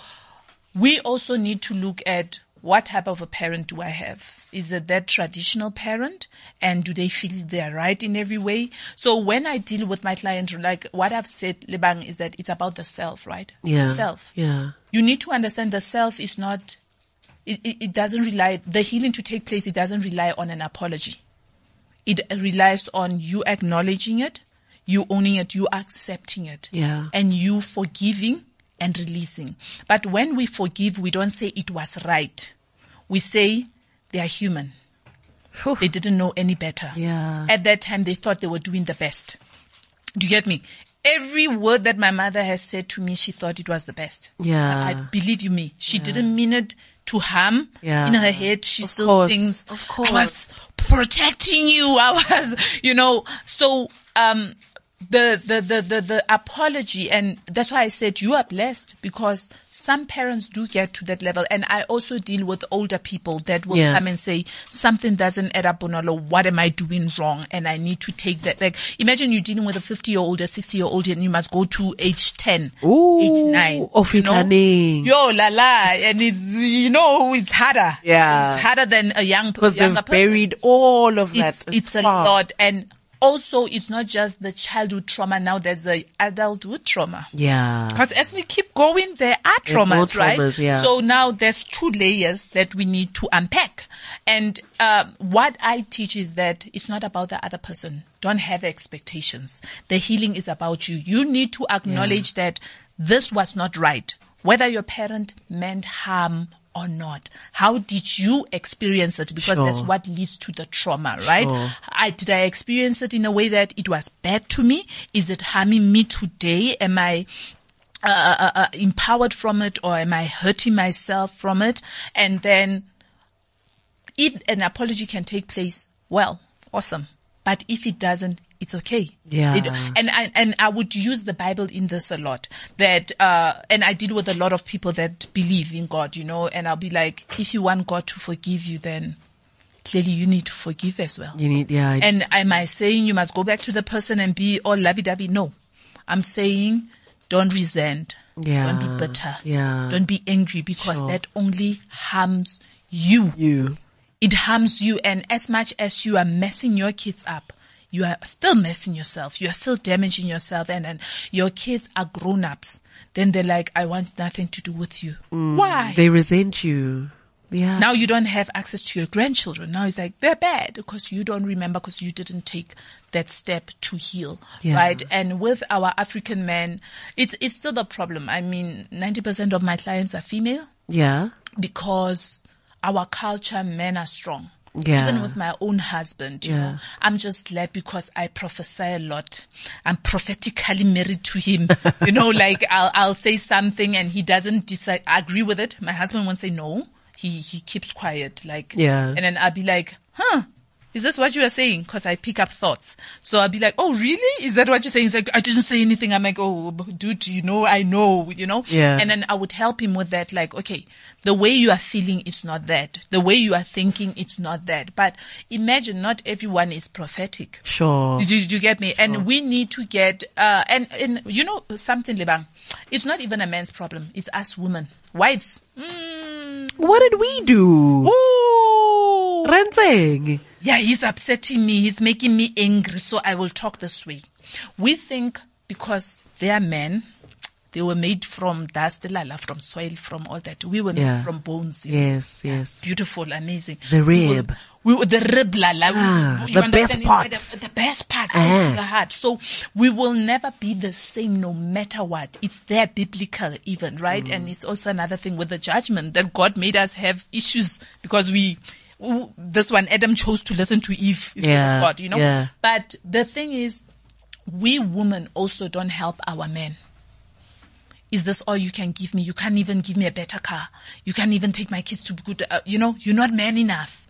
Speaker 2: we also need to look at what type of a parent do I have? Is it that traditional parent? And do they feel they're right in every way? So when I deal with my client, like what I've said, Lebang, is that it's about the self, right?
Speaker 1: Yeah.
Speaker 2: Self.
Speaker 1: Yeah.
Speaker 2: You need to understand the self is not, it, it, it doesn't rely, the healing to take place, it doesn't rely on an apology. It relies on you acknowledging it, you owning it, you accepting it.
Speaker 1: Yeah.
Speaker 2: And you forgiving and releasing. But when we forgive, we don't say it was right. We say they are human.
Speaker 1: Phew.
Speaker 2: They didn't know any better.
Speaker 1: Yeah.
Speaker 2: At that time, they thought they were doing the best. Do you get me? Every word that my mother has said to me, she thought it was the best.
Speaker 1: Yeah.
Speaker 2: I, I believe you me. She didn't mean it to harm.
Speaker 1: Yeah.
Speaker 2: In her head, she
Speaker 1: Of
Speaker 2: still
Speaker 1: course.
Speaker 2: thinks
Speaker 1: Of
Speaker 2: I was protecting you. I was, you know. So um, the, the the the the apology, and that's why I said you are blessed because some parents do get to that level, and I also deal with older people that will
Speaker 1: Yeah.
Speaker 2: come and say something doesn't add up, Bonolo. What am I doing wrong? And I need to take that back. Imagine you're dealing with a 50 year old, a 60 year old, and you must go to age 10, age
Speaker 1: Ooh,
Speaker 2: nine,
Speaker 1: of
Speaker 2: you know?
Speaker 1: Itlaneng.
Speaker 2: Yo, la la, and it's you know it's harder.
Speaker 1: Yeah.
Speaker 2: it's harder than a young
Speaker 1: Because
Speaker 2: younger
Speaker 1: they've
Speaker 2: person.
Speaker 1: buried all of that.
Speaker 2: It's, it's a
Speaker 1: far.
Speaker 2: lot, and also it's not just the childhood trauma. Now there's the adulthood trauma.
Speaker 1: Yeah.
Speaker 2: Because as we keep going, there are
Speaker 1: There are more
Speaker 2: traumas, right?
Speaker 1: traumas, yeah.
Speaker 2: So now there's two layers that we need to unpack. And uh, what I teach is that it's not about the other person. Don't have expectations. The healing is about you. You need to acknowledge that this was not right, whether your parent meant harm or not. How did you experience it? Because that's
Speaker 1: Sure.
Speaker 2: what leads to the trauma, right?
Speaker 1: Sure.
Speaker 2: I did I experience it in a way that it was bad to me? Is it harming me today? Am I uh, uh, uh, empowered from it, or am I hurting myself from it? And then, if an apology can take place, well, awesome. But if it doesn't, it's okay.
Speaker 1: Yeah.
Speaker 2: It- and I and I would use the Bible in this a lot. That uh, and I deal with a lot of people that believe in God, you know. And I'll be like, if you want God to forgive you, then clearly you need to forgive as well.
Speaker 1: You need, yeah.
Speaker 2: And am I saying you must go back to the person and be all lovey dovey? No. I'm saying don't resent.
Speaker 1: Yeah.
Speaker 2: Don't be bitter.
Speaker 1: Yeah.
Speaker 2: Don't be angry because
Speaker 1: Sure.
Speaker 2: that only harms you.
Speaker 1: you.
Speaker 2: It harms you. And as much as you are messing your kids up, you are still messing yourself. You are still damaging yourself. And, and your kids are grown ups. Then they're like, I want nothing to do with you.
Speaker 1: Mm.
Speaker 2: Why?
Speaker 1: They resent you. Yeah.
Speaker 2: Now you don't have access to your grandchildren. Now it's like they're bad because you don't remember because you didn't take that step to heal,
Speaker 1: Yeah.
Speaker 2: right? And with our African men, it's it's still the problem. I mean, ninety percent of my clients are female
Speaker 1: yeah.
Speaker 2: because our culture, men are strong.
Speaker 1: Yeah.
Speaker 2: Even with my own husband, you know,
Speaker 1: Yeah.
Speaker 2: I'm just glad because I prophesy a lot. I'm prophetically married to him. you know, like I'll, I'll say something and he doesn't decide, agree with it. My husband won't say no. He, he keeps quiet. Like,
Speaker 1: Yeah.
Speaker 2: And then I'll be like, huh. Is this what you are saying? Because I pick up thoughts. So I'll be like, oh, really? Is that what you're saying? He's like, I didn't say anything. I'm like, oh, but dude, you know, I know, you know?
Speaker 1: Yeah.
Speaker 2: And then I would help him with that. Like, okay, the way you are feeling is not that. The way you are thinking, it's not that. But imagine not everyone is prophetic.
Speaker 1: Sure.
Speaker 2: Did you, did you get me? And we need to get, uh, and, and you know something, Lebang? It's not even a man's problem. It's us women, wives. Mm.
Speaker 1: What did we do?
Speaker 2: Oh. Ooh.
Speaker 1: Renting.
Speaker 2: yeah, he's upsetting me. He's making me angry. So I will talk this way. We think because they are men, they were made from dust, lala, from soil, from all that. We were made
Speaker 1: Yeah.
Speaker 2: from bones. you know.
Speaker 1: Yes, yes.
Speaker 2: Beautiful, amazing.
Speaker 1: The
Speaker 2: We were-
Speaker 1: rib.
Speaker 2: We were, the rib, lala.
Speaker 1: Ah,
Speaker 2: you
Speaker 1: the
Speaker 2: understand?
Speaker 1: best
Speaker 2: It's like
Speaker 1: parts.
Speaker 2: The, the best part
Speaker 1: Ah.
Speaker 2: goes to the heart. So we will never be the same no matter what. It's there biblical even, right?
Speaker 1: Mm.
Speaker 2: And it's also another thing with the judgment that God made us have issues because we, w- this one, Adam chose to listen to Eve instead
Speaker 1: Yeah,
Speaker 2: of God, you know?
Speaker 1: yeah.
Speaker 2: But the thing is, we women also don't help our men. Is this all you can give me? You can't even give me a better car. You can't even take my kids to good, uh, you know, you're not man enough.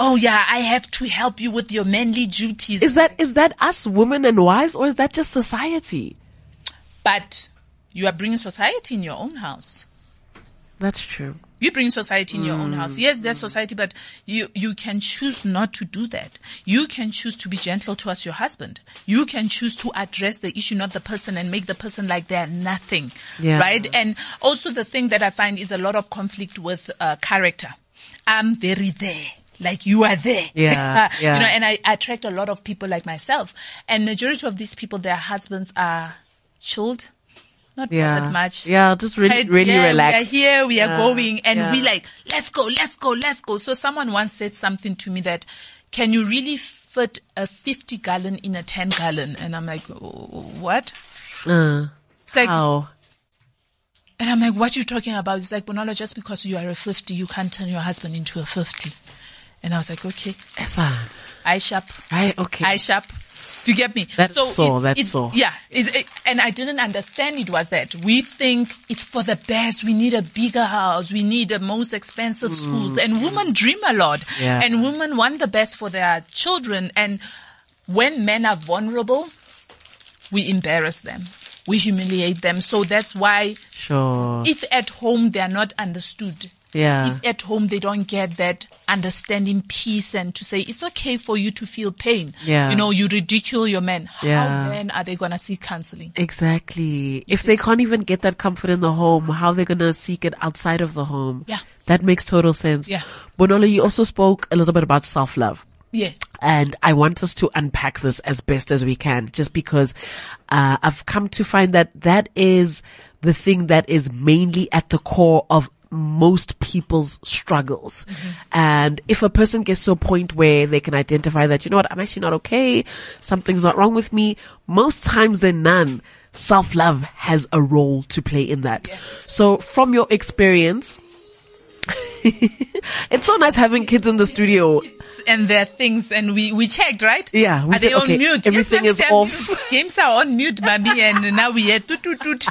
Speaker 2: Oh yeah, I have to help you with your manly duties.
Speaker 1: Is that is that us women and wives or is that just society?
Speaker 2: but you are bringing society in your own house.
Speaker 1: That's true.
Speaker 2: You bring society in your own house.
Speaker 1: Mm.
Speaker 2: Yes, there's society, but you, you can choose not to do that. You can choose to be gentle towards your husband. You can choose to address the issue, not the person, and make the person like they're nothing.
Speaker 1: Yeah.
Speaker 2: Right? And also the thing that I find is a lot of conflict with uh, character. I'm very there. Like you are there.
Speaker 1: Yeah, yeah.
Speaker 2: You know, and I, I attract a lot of people like myself. And majority of these people, their husbands are chilled. Not
Speaker 1: Yeah.
Speaker 2: that much.
Speaker 1: Yeah, just really,
Speaker 2: Right?
Speaker 1: really
Speaker 2: Yeah,
Speaker 1: relax.
Speaker 2: We are here, we are
Speaker 1: Yeah,
Speaker 2: going, and
Speaker 1: yeah.
Speaker 2: we like, let's go, let's go, let's go. So someone once said something to me that, can you really fit a 50 gallon in a 10 gallon? And I'm like, "Oh, what?
Speaker 1: Uh,
Speaker 2: It's like,
Speaker 1: oh,
Speaker 2: and I'm like, what you talking about? It's like, Bonolo, just because you are a 50, you can't turn your husband into a 50. And I was like, okay,
Speaker 1: Esa.
Speaker 2: I sharp.
Speaker 1: I, okay.
Speaker 2: I sharp. Do you get me?
Speaker 1: That's so,
Speaker 2: it's-
Speaker 1: that's
Speaker 2: it's-
Speaker 1: so.
Speaker 2: Yeah. It's, it, and I didn't understand it was that. We think it's for the best. We need a bigger house. We need the most expensive schools. And women dream a lot.
Speaker 1: Mm. Yeah.
Speaker 2: And women want the best for their children. And when men are vulnerable, we embarrass them. We humiliate them. So that's why
Speaker 1: sure.
Speaker 2: if at home they are not understood,
Speaker 1: Yeah.
Speaker 2: if at home they don't get that understanding peace and to say it's okay for you to feel pain.
Speaker 1: Yeah.
Speaker 2: You know, you ridicule your men. How
Speaker 1: Yeah.
Speaker 2: then are they gonna seek counseling?
Speaker 1: Exactly. If they can't even get that comfort in the home, how they're gonna seek it outside of the home?
Speaker 2: Yeah.
Speaker 1: That makes total sense.
Speaker 2: Yeah.
Speaker 1: Bonolo, you also spoke a little bit about self love.
Speaker 2: Yeah.
Speaker 1: And I want us to unpack this as best as we can, just because uh, I've come to find that that is the thing that is mainly at the core of most people's struggles. And if a person gets to a point where they can identify that, you know what, I'm actually not okay, something's not wrong with me, most times than none, self love has a role to play in that. So, from your experience, it's so nice having kids in the studio.
Speaker 2: And there are things and we, we checked, right?
Speaker 1: Yeah, we
Speaker 2: are they
Speaker 1: said,
Speaker 2: on
Speaker 1: okay,
Speaker 2: mute?
Speaker 1: everything
Speaker 2: mommy,
Speaker 1: is
Speaker 2: they're
Speaker 1: off.
Speaker 2: mute. Games are on mute, mommy, and now we are toot toot toot.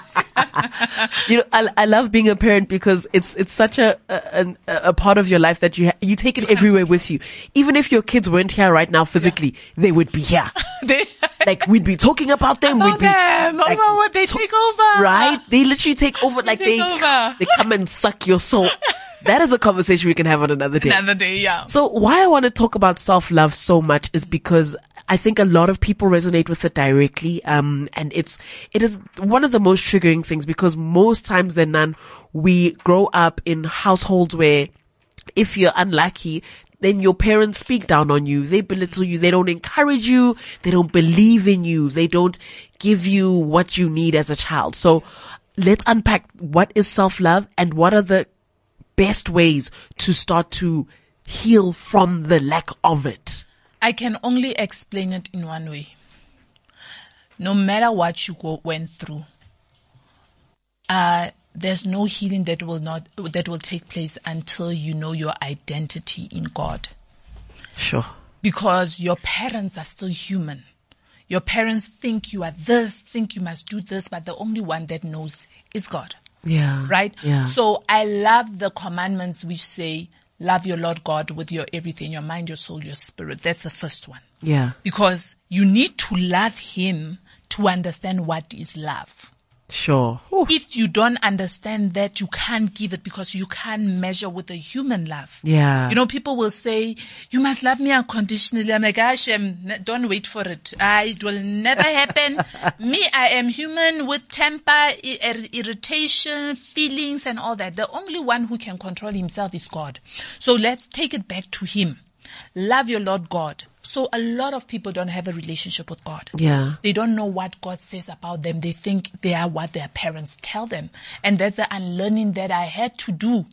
Speaker 1: you know, I, I love being a parent because it's it's such a a, an- a part of your life that you ha- you take it everywhere with you. Even if your kids weren't here right now physically, they would be here.
Speaker 2: they
Speaker 1: Like we'd be talking about them.
Speaker 2: Oh,
Speaker 1: we'd be
Speaker 2: them.
Speaker 1: like,
Speaker 2: oh, what they
Speaker 1: to-
Speaker 2: take over.
Speaker 1: right? They literally take over. Like
Speaker 2: take
Speaker 1: they
Speaker 2: over.
Speaker 1: they come and suck your soul. That is a conversation we can have on another day.
Speaker 2: Another day, yeah.
Speaker 1: So why I want to talk about self-love so much is because I think a lot of people resonate with it directly. Um, and it's, it is one of the most triggering things because most times than none, we grow up in households where if you're unlucky, then your parents speak down on you. They belittle you. They don't encourage you. They don't believe in you. They don't give you what you need as a child. So let's unpack what is self-love and what are the best ways to start to heal from the lack of it.
Speaker 2: I can only explain it in one way. No matter what you go, went through, uh, there's no healing that will not that will take place until you know your identity in God
Speaker 1: Sure.
Speaker 2: because your parents are still human. Your parents think you are this, think you must do this, but the only one that knows is God.
Speaker 1: Yeah.
Speaker 2: Right?
Speaker 1: Yeah.
Speaker 2: So I love the commandments which say, love your Lord God with your everything, your mind, your soul, your spirit. That's the first one
Speaker 1: yeah.
Speaker 2: because you need to love him to understand what is love.
Speaker 1: Sure. Ooh.
Speaker 2: If you don't understand that, you can't give it because you can't measure with a human love.
Speaker 1: Yeah.
Speaker 2: You know, people will say, you must love me unconditionally. I'm like, gosh, um, don't wait for it. Ah, it will never happen. me, I am human with temper, i- ir- irritation, feelings and all that. The only one who can control himself is God. So let's take it back to him. Love your Lord God. So a lot of people don't have a relationship with God.
Speaker 1: Yeah.
Speaker 2: They don't know what God says about them. They think they are what their parents tell them. And that's the unlearning that I had to do.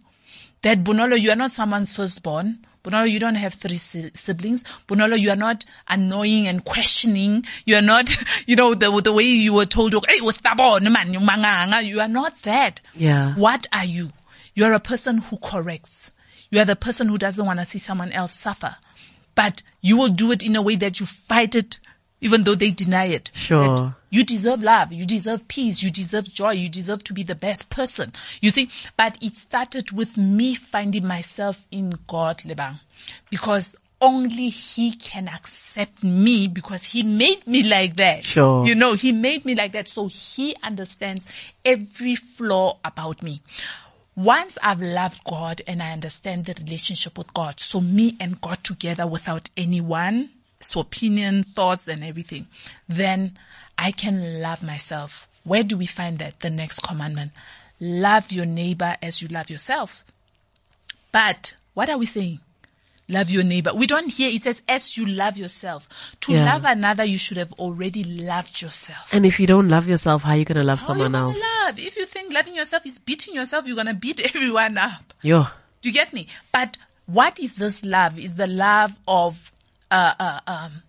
Speaker 2: That Bonolo, you are not someone's firstborn. Bonolo, you don't have three si- siblings. Bonolo, you are not annoying and questioning. You are not, you know, the, the way you were told, hey, you stubborn, man, you manganga." You are not that.
Speaker 1: Yeah.
Speaker 2: What are you? You are a person who corrects. You are the person who doesn't want to see someone else suffer. But you will do it in a way that you fight it, even though they deny it.
Speaker 1: Sure.
Speaker 2: That You deserve love. You deserve peace. You deserve joy. You deserve to be the best person. You see, but it started with me finding myself in God, Lebang, because only He can accept me because He made me like that.
Speaker 1: Sure.
Speaker 2: You know, He made me like that. So He understands every flaw about me. Once I've loved God and I understand the relationship with God, so me and God together without anyone, so opinion, thoughts, and everything, then I can love myself. Where do we find that? The next commandment love your neighbor as you love yourself. But What are we saying? Love your neighbor. We don't hear it says, as you love yourself. To
Speaker 1: Yeah.
Speaker 2: love another, you should have already loved yourself.
Speaker 1: And if you don't love yourself, how are you going to love
Speaker 2: How you
Speaker 1: someone
Speaker 2: gonna
Speaker 1: else?
Speaker 2: Love. If you think loving yourself is beating yourself, you're gonna beat everyone up.
Speaker 1: Yo.
Speaker 2: Do you get me? But what is this love? Is the love of uh, uh, um,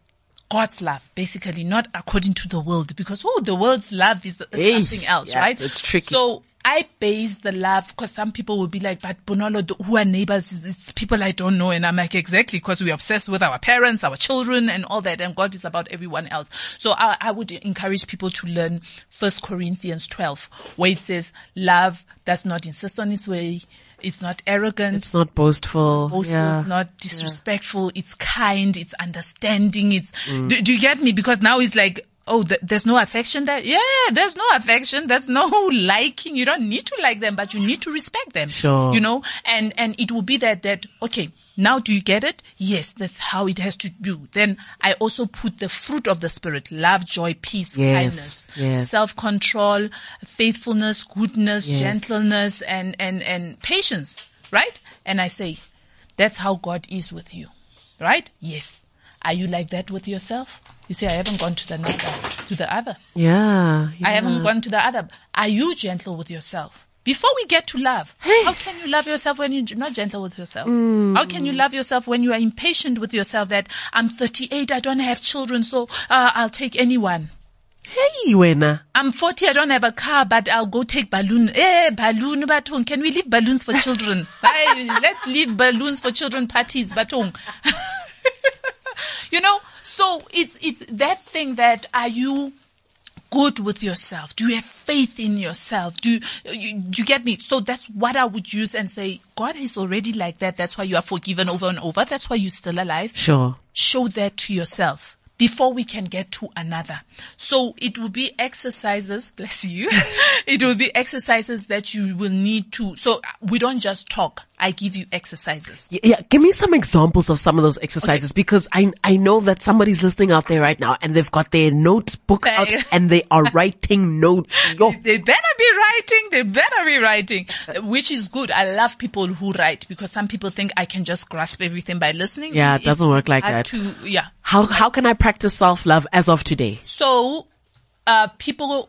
Speaker 2: God's love, basically, not according to the world, because oh, the world's love is, is
Speaker 1: Hey,
Speaker 2: something else,
Speaker 1: yeah,
Speaker 2: right?
Speaker 1: it's tricky.
Speaker 2: So I base the love because some people will be like, but Bonolo, th- who are neighbors? It's- It's people I don't know, and I'm like, exactly, because we're obsessed with our parents, our children, and all that, and God is about everyone else. So I, I would encourage people to learn First Corinthians 12, where it says, "Love does not insist on its way." It's not arrogant
Speaker 1: It's not boastful.
Speaker 2: boastful,
Speaker 1: yeah.
Speaker 2: it's not disrespectful, it's kind, it's understanding, it's, do, do you get me? Because now it's like, oh, th- there's no affection there. Yeah, there's no affection. There's no liking. You don't need to like them, but you need to respect them.
Speaker 1: Sure.
Speaker 2: You know, and, and it will be that, that, okay, now do you get it? Yes, that's how it has to do. Then I also put the fruit of the spirit, love, joy, peace,
Speaker 1: Yes,
Speaker 2: kindness,
Speaker 1: yes.
Speaker 2: self-control, faithfulness, goodness,
Speaker 1: Yes.
Speaker 2: gentleness, and, and, and patience, right? And I say, that's how God is with you, right? Yes. Are you like that with yourself? You say, I haven't gone to the other, to the other.
Speaker 1: yeah,
Speaker 2: I haven't
Speaker 1: yeah.
Speaker 2: gone to the other. Are you gentle with yourself? Before we get to love, how can you love yourself when you're not gentle with yourself? How can you love yourself when you are impatient with yourself that I'm 38, I don't have children, so uh, I'll take anyone.
Speaker 1: Hey, Wena.
Speaker 2: I'm 40, I don't have a car, but I'll go take balloon. Eh, balloon, batong. Can we leave balloons for children? Hey, let's leave balloons for children parties, batong. you know, so it's, it's that thing that are you good with yourself? Do you have faith in yourself? Do you, do you get me? So that's what I would use and say, God is already like that. That's why you are forgiven over and over. That's why you're still alive
Speaker 1: Sure.
Speaker 2: show that to yourself before we can get to another. So it will be exercises, bless you. it will be exercises that you will need to. So we don't just talk. I give you exercises.
Speaker 1: Y- Yeah, give me some examples of some of those exercises because I I know that somebody's listening out there right now and they've got their notebook out
Speaker 2: Okay.
Speaker 1: and they are writing notes. Yo.
Speaker 2: They better be writing. They better be writing, which is good. I love people who write because some people think I can just grasp everything by listening.
Speaker 1: Yeah, it
Speaker 2: It's
Speaker 1: doesn't work like
Speaker 2: hard
Speaker 1: that.
Speaker 2: To, yeah.
Speaker 1: How how can I practice self love as of today?
Speaker 2: So, uh, people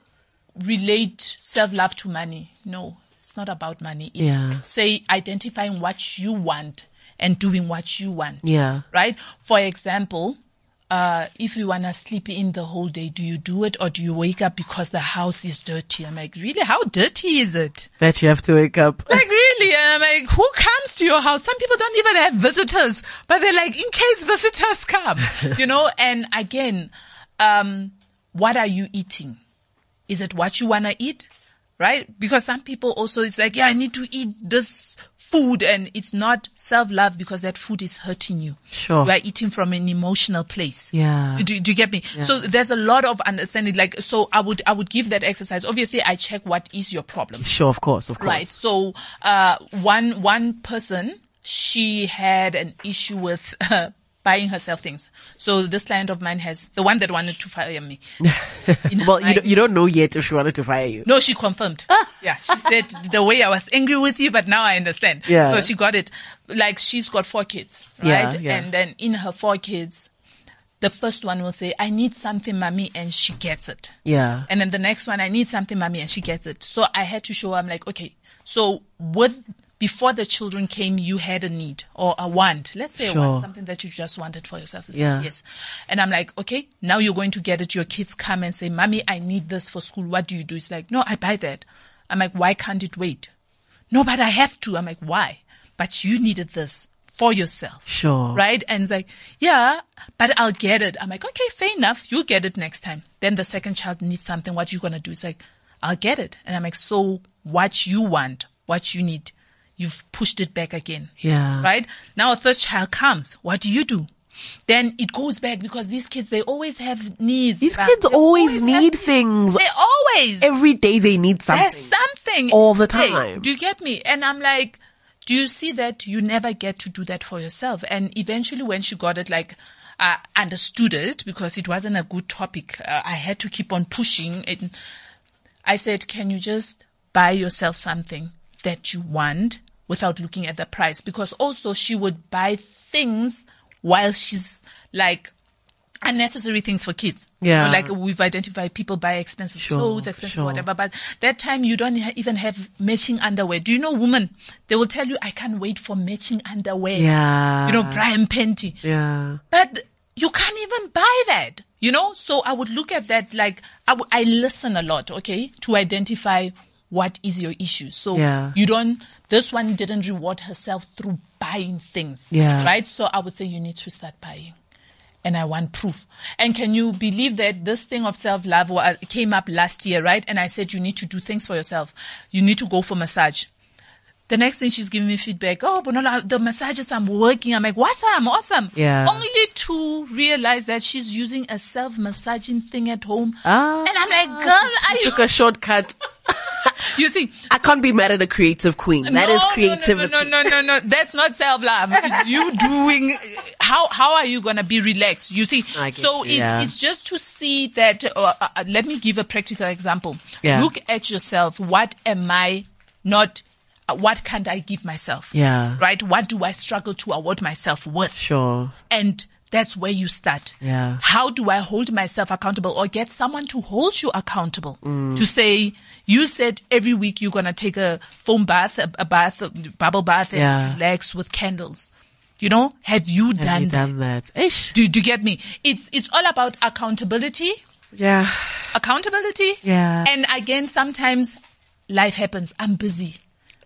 Speaker 2: relate self love to money. No, it's not about money. It's
Speaker 1: Yeah.
Speaker 2: say identifying what you want and doing what you want.
Speaker 1: Yeah.
Speaker 2: Right? For example, uh, if you wanna sleep in the whole day, do you do it or do you wake up because the house is dirty? I'm like, really? How dirty is it?
Speaker 1: That you have to wake up.
Speaker 2: Like really? And I'm like, who comes to your house? Some people don't even have visitors, but they're like, in case visitors come, you know? And again, um, what are you eating? Is it what you wanna eat? Right? Because some people also, it's like, yeah, I need to eat this food and it's not self-love because that food is hurting you.
Speaker 1: Sure.
Speaker 2: You are eating from an emotional place.
Speaker 1: Yeah.
Speaker 2: Do, do you get me? So there's a lot of understanding. Like, so I would, I would give that exercise. Obviously, I check what is your problem.
Speaker 1: Sure, of course, of course.
Speaker 2: Right. So, uh, one one person she had an issue with uh, buying herself things. So this client of mine has the one that wanted to fire me. in her
Speaker 1: Well, you
Speaker 2: mind.
Speaker 1: don't, you Ah. don't know yet if she wanted to fire you.
Speaker 2: No, she confirmed. yeah, she said the way I was angry with you, but now I understand.
Speaker 1: Yeah.
Speaker 2: So she got it. Like she's got four kids, right?
Speaker 1: Yeah, yeah.
Speaker 2: And then in her four kids, the first one will say, "I need something, mommy," and she gets it.
Speaker 1: Yeah.
Speaker 2: And then the next one, I need something, mommy, and she gets it. So I had to show her, I'm like, okay, so with, before the children came, you had a need or a want. Let's say a
Speaker 1: Sure.
Speaker 2: want, something that you just wanted for yourself. It's like,
Speaker 1: Yeah.
Speaker 2: Yes. And I'm like, okay, now you're going to get it. Your kids come and say, mommy, I need this for school. What do you do? It's like, no, I buy that. I'm like, why can't it wait? No, but I have to. I'm like, why? But you needed this for yourself.
Speaker 1: Sure.
Speaker 2: Right? And it's like, yeah, but I'll get it. I'm like, okay, fair enough. You'll get it next time. Then the second child needs something. What you going to do? It's like, I'll get it. And I'm like, so what you want, what you need, you've pushed it back again.
Speaker 1: Yeah.
Speaker 2: Right? Now a third child comes. What do you do? Then it goes back because these kids, they always have needs.
Speaker 1: These
Speaker 2: Bah.
Speaker 1: kids
Speaker 2: They
Speaker 1: always,
Speaker 2: have
Speaker 1: need
Speaker 2: needs.
Speaker 1: things.
Speaker 2: They always.
Speaker 1: Every day they need something.
Speaker 2: There's something
Speaker 1: All the
Speaker 2: Hey,
Speaker 1: time.
Speaker 2: do you get me? And I'm like, do you see that you never get to do that for yourself? And eventually, when she got it, like, I understood it because it wasn't a good topic. Uh, I had to keep on pushing. And I said, can you just buy yourself something that you want without looking at the price because also she would buy things while she's like unnecessary things for kids.
Speaker 1: Yeah.
Speaker 2: You know, like we've identified people buy expensive
Speaker 1: Sure,
Speaker 2: clothes, expensive
Speaker 1: sure.
Speaker 2: whatever. But that time you don't ha- even have matching underwear. Do you know women? They will tell you, I can't wait for matching underwear.
Speaker 1: Yeah.
Speaker 2: You know, bra and panty.
Speaker 1: Yeah.
Speaker 2: But you can't even buy that, you know? So I would look at that like, I, w- I listen a lot, okay, to identify what is your issue. So
Speaker 1: Yeah.
Speaker 2: you don't, this one didn't reward herself through buying things,
Speaker 1: Yeah.
Speaker 2: right? So I would say you need to start buying. And I want proof. And can you believe that this thing of self love came up last year, right? And I said, you need to do things for yourself. You need to go for massage. The next thing she's giving me feedback. Oh, but no, no, the massages I'm working. I'm like, awesome, awesome.
Speaker 1: Yeah.
Speaker 2: Only to realize that she's using a self massaging thing at home.
Speaker 1: Ah.
Speaker 2: and I'm like, girl, are you,
Speaker 1: Took a shortcut.
Speaker 2: you see,
Speaker 1: I can't be mad at a creative queen. That
Speaker 2: no,
Speaker 1: is
Speaker 2: no, no,
Speaker 1: creativity.
Speaker 2: No, no, no, no, no. That's not self love. you doing how how are you gonna be relaxed? You see,
Speaker 1: I get
Speaker 2: so
Speaker 1: you.
Speaker 2: it's
Speaker 1: Yeah.
Speaker 2: it's just to see that. Uh, uh, uh, let me give a practical example.
Speaker 1: Yeah.
Speaker 2: Look at yourself. What am I not? uh, What can't I give myself?
Speaker 1: Yeah.
Speaker 2: Right. What do I struggle to award myself with?
Speaker 1: Sure.
Speaker 2: and that's where you start.
Speaker 1: Yeah.
Speaker 2: How do I hold myself accountable or get someone to hold you accountable? To say, you said every week you're going to take a foam bath, a, a bath, a bubble bath and
Speaker 1: Yeah.
Speaker 2: relax with candles. You know, have you
Speaker 1: Have
Speaker 2: done
Speaker 1: you
Speaker 2: that?
Speaker 1: done that? Ish.
Speaker 2: Do, do you get me? It's, it's all about accountability,
Speaker 1: Yeah.
Speaker 2: accountability.
Speaker 1: Yeah.
Speaker 2: And again, sometimes life happens. I'm busy.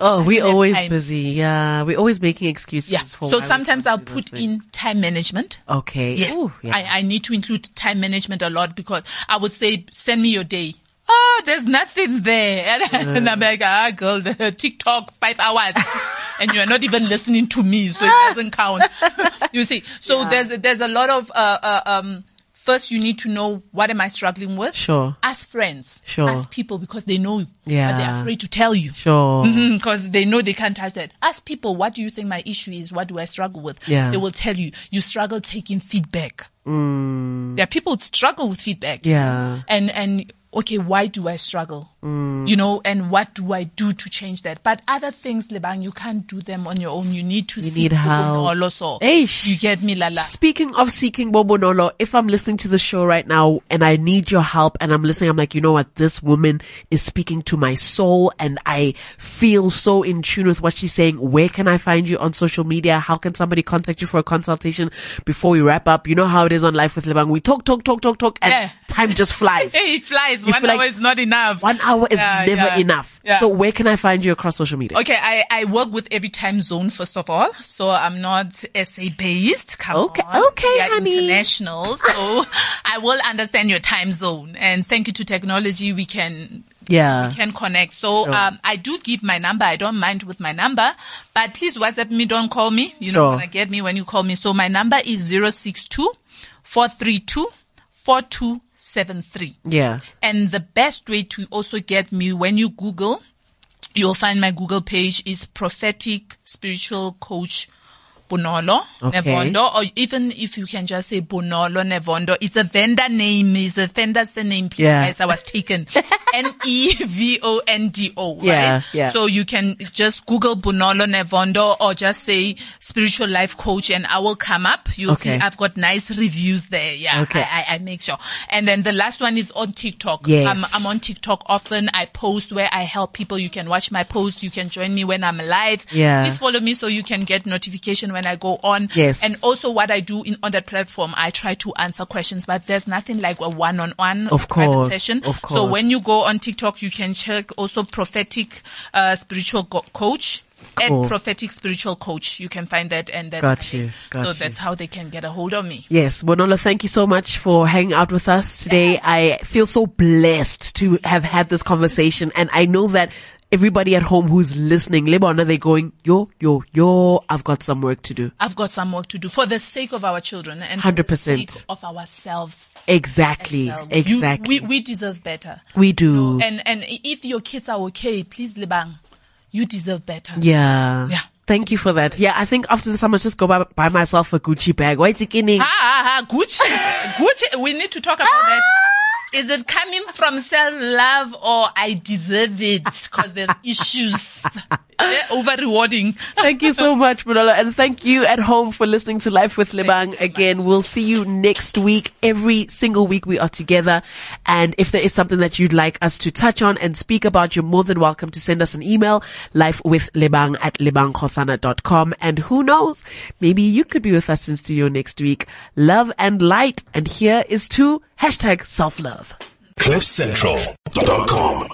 Speaker 1: Oh, we
Speaker 2: have
Speaker 1: always
Speaker 2: time.
Speaker 1: busy. Yeah. We're always making excuses
Speaker 2: Yeah.
Speaker 1: for
Speaker 2: so
Speaker 1: why we
Speaker 2: sometimes I'll
Speaker 1: can't do
Speaker 2: put
Speaker 1: those things.
Speaker 2: in time management.
Speaker 1: Okay.
Speaker 2: Yes,
Speaker 1: Ooh, yeah.
Speaker 2: I, I need to include time management a lot because I would say, send me your day. Oh, there's nothing there. And, I'm like, ah, girl, the TikTok, five hours. and you're not even listening to me, so it doesn't count. you see, so there's, there's a lot of, uh, uh, um, First, you need to know what am I struggling with.
Speaker 1: Sure.
Speaker 2: Ask friends.
Speaker 1: Sure.
Speaker 2: Ask people because they know you. But
Speaker 1: Yeah.
Speaker 2: they're afraid to tell you
Speaker 1: Sure.
Speaker 2: Mm-hmm. because Hmm, they know they can't touch that. Ask people, what do you think my issue is? What do I struggle with?
Speaker 1: Yeah.
Speaker 2: They will tell you, you struggle taking feedback. There are people who struggle with feedback.
Speaker 1: Hmm. Yeah.
Speaker 2: And, and, okay, why do I struggle?
Speaker 1: Hmm.
Speaker 2: You know, and what do I do to change that? But other things, Lebang, you can't do them on your own. You need to see
Speaker 1: need help. Eish.
Speaker 2: You get me, Lala.
Speaker 1: Speaking of seeking Bobonolo, if I'm listening to the show right now and I need your help and I'm listening, I'm like, you know what? This woman is speaking to my soul and I feel so in tune with what she's saying. Where can I find you on social media? How can somebody contact you for a consultation before we wrap up? You know how it is on Life with Lebang. We talk, talk, talk, talk, talk and
Speaker 2: Yeah.
Speaker 1: time just flies.
Speaker 2: Hey, it flies.
Speaker 1: You
Speaker 2: One
Speaker 1: feel
Speaker 2: hour
Speaker 1: like-
Speaker 2: is not enough.
Speaker 1: One hour is
Speaker 2: Yeah,
Speaker 1: never
Speaker 2: yeah.
Speaker 1: enough.
Speaker 2: Yeah.
Speaker 1: So where can I find you across social media?
Speaker 2: Okay, I, I work with every time zone first of all, so I'm not SA based. Come
Speaker 1: Okay,
Speaker 2: on.
Speaker 1: okay,
Speaker 2: we are
Speaker 1: honey.
Speaker 2: international, so I will understand your time zone. And thank you to technology, we can
Speaker 1: Yeah.
Speaker 2: can connect. So um, I do give my number. I don't mind with my number, but please WhatsApp me. Don't call me. You're
Speaker 1: Sure.
Speaker 2: not gonna get me when you call me. So my number is zero six two four three two four two seven three.
Speaker 1: Yeah.
Speaker 2: And the best way to also get me when you Google, you'll find my Google page is prophetic spiritual coach Bonolo
Speaker 1: Okay.
Speaker 2: Nevondo, or even if you can just say Bonolo Nevondo, it's a vendor name, it's a vendor name. Please,
Speaker 1: Yeah.
Speaker 2: guys, I was taken. N E V O N D O. Right?
Speaker 1: Yeah, yeah.
Speaker 2: So you can just Google Bonolo Nevondo or just say spiritual life coach and I will come up. You'll see
Speaker 1: Okay.
Speaker 2: I've got nice reviews there. Yeah.
Speaker 1: Okay.
Speaker 2: I, I, I make sure. And then the last one is on TikTok.
Speaker 1: Yes.
Speaker 2: I'm, I'm on TikTok often. I post where I help people. You can watch my posts. You can join me when I'm live.
Speaker 1: Yeah.
Speaker 2: Please follow me so you can get notification when I go on.
Speaker 1: Yes.
Speaker 2: And also what I do in, on that platform, I try to answer questions, but there's nothing like a one-on-one
Speaker 1: Of
Speaker 2: private
Speaker 1: course,
Speaker 2: session.
Speaker 1: of
Speaker 2: So
Speaker 1: course.
Speaker 2: when you go on TikTok, you can check also prophetic, uh, spiritual go- coach.
Speaker 1: Cool.
Speaker 2: At prophetic spiritual coach, you can find that, and that's
Speaker 1: Got
Speaker 2: my name.
Speaker 1: you, got
Speaker 2: so
Speaker 1: you.
Speaker 2: that's how they can get a hold of me.
Speaker 1: Yes, Bonola, thank you so much for hanging out with us today. I feel so blessed to have had this conversation and I know that everybody at home who's listening, Lebona, they're going, yo, yo, yo, I've got some work to do.
Speaker 2: I've got some work to do for the sake of our children and for the
Speaker 1: 100%.
Speaker 2: sake of ourselves.
Speaker 1: Exactly,
Speaker 2: Well, you-
Speaker 1: exactly.
Speaker 2: we, we deserve better.
Speaker 1: we, do.
Speaker 2: And and if your kids are okay, please, Lebang, you deserve better.
Speaker 1: yeah.
Speaker 2: Yeah.
Speaker 1: Thank you for that. Yeah, I think after this, I must just go buy, buy myself a Gucci bag. Why is it kidding?
Speaker 2: Ah, ah, ah, Gucci, Gucci. We need to talk about that. Is it coming from self love or I deserve it because there's issues? Eh, Over rewarding.
Speaker 1: Thank you so much, Manolo. And thank you at home for listening to Life with Lebang
Speaker 2: so
Speaker 1: again. We'll see you next week. Every single week we are together. And if there is something that you'd like us to touch on and speak about, you're more than welcome to send us an email, lifewithlebang at lebanghosana.com. And who knows, maybe you could be with us in studio next week. Love and light. And here is to hashtag self love.
Speaker 3: CliffCentral.com.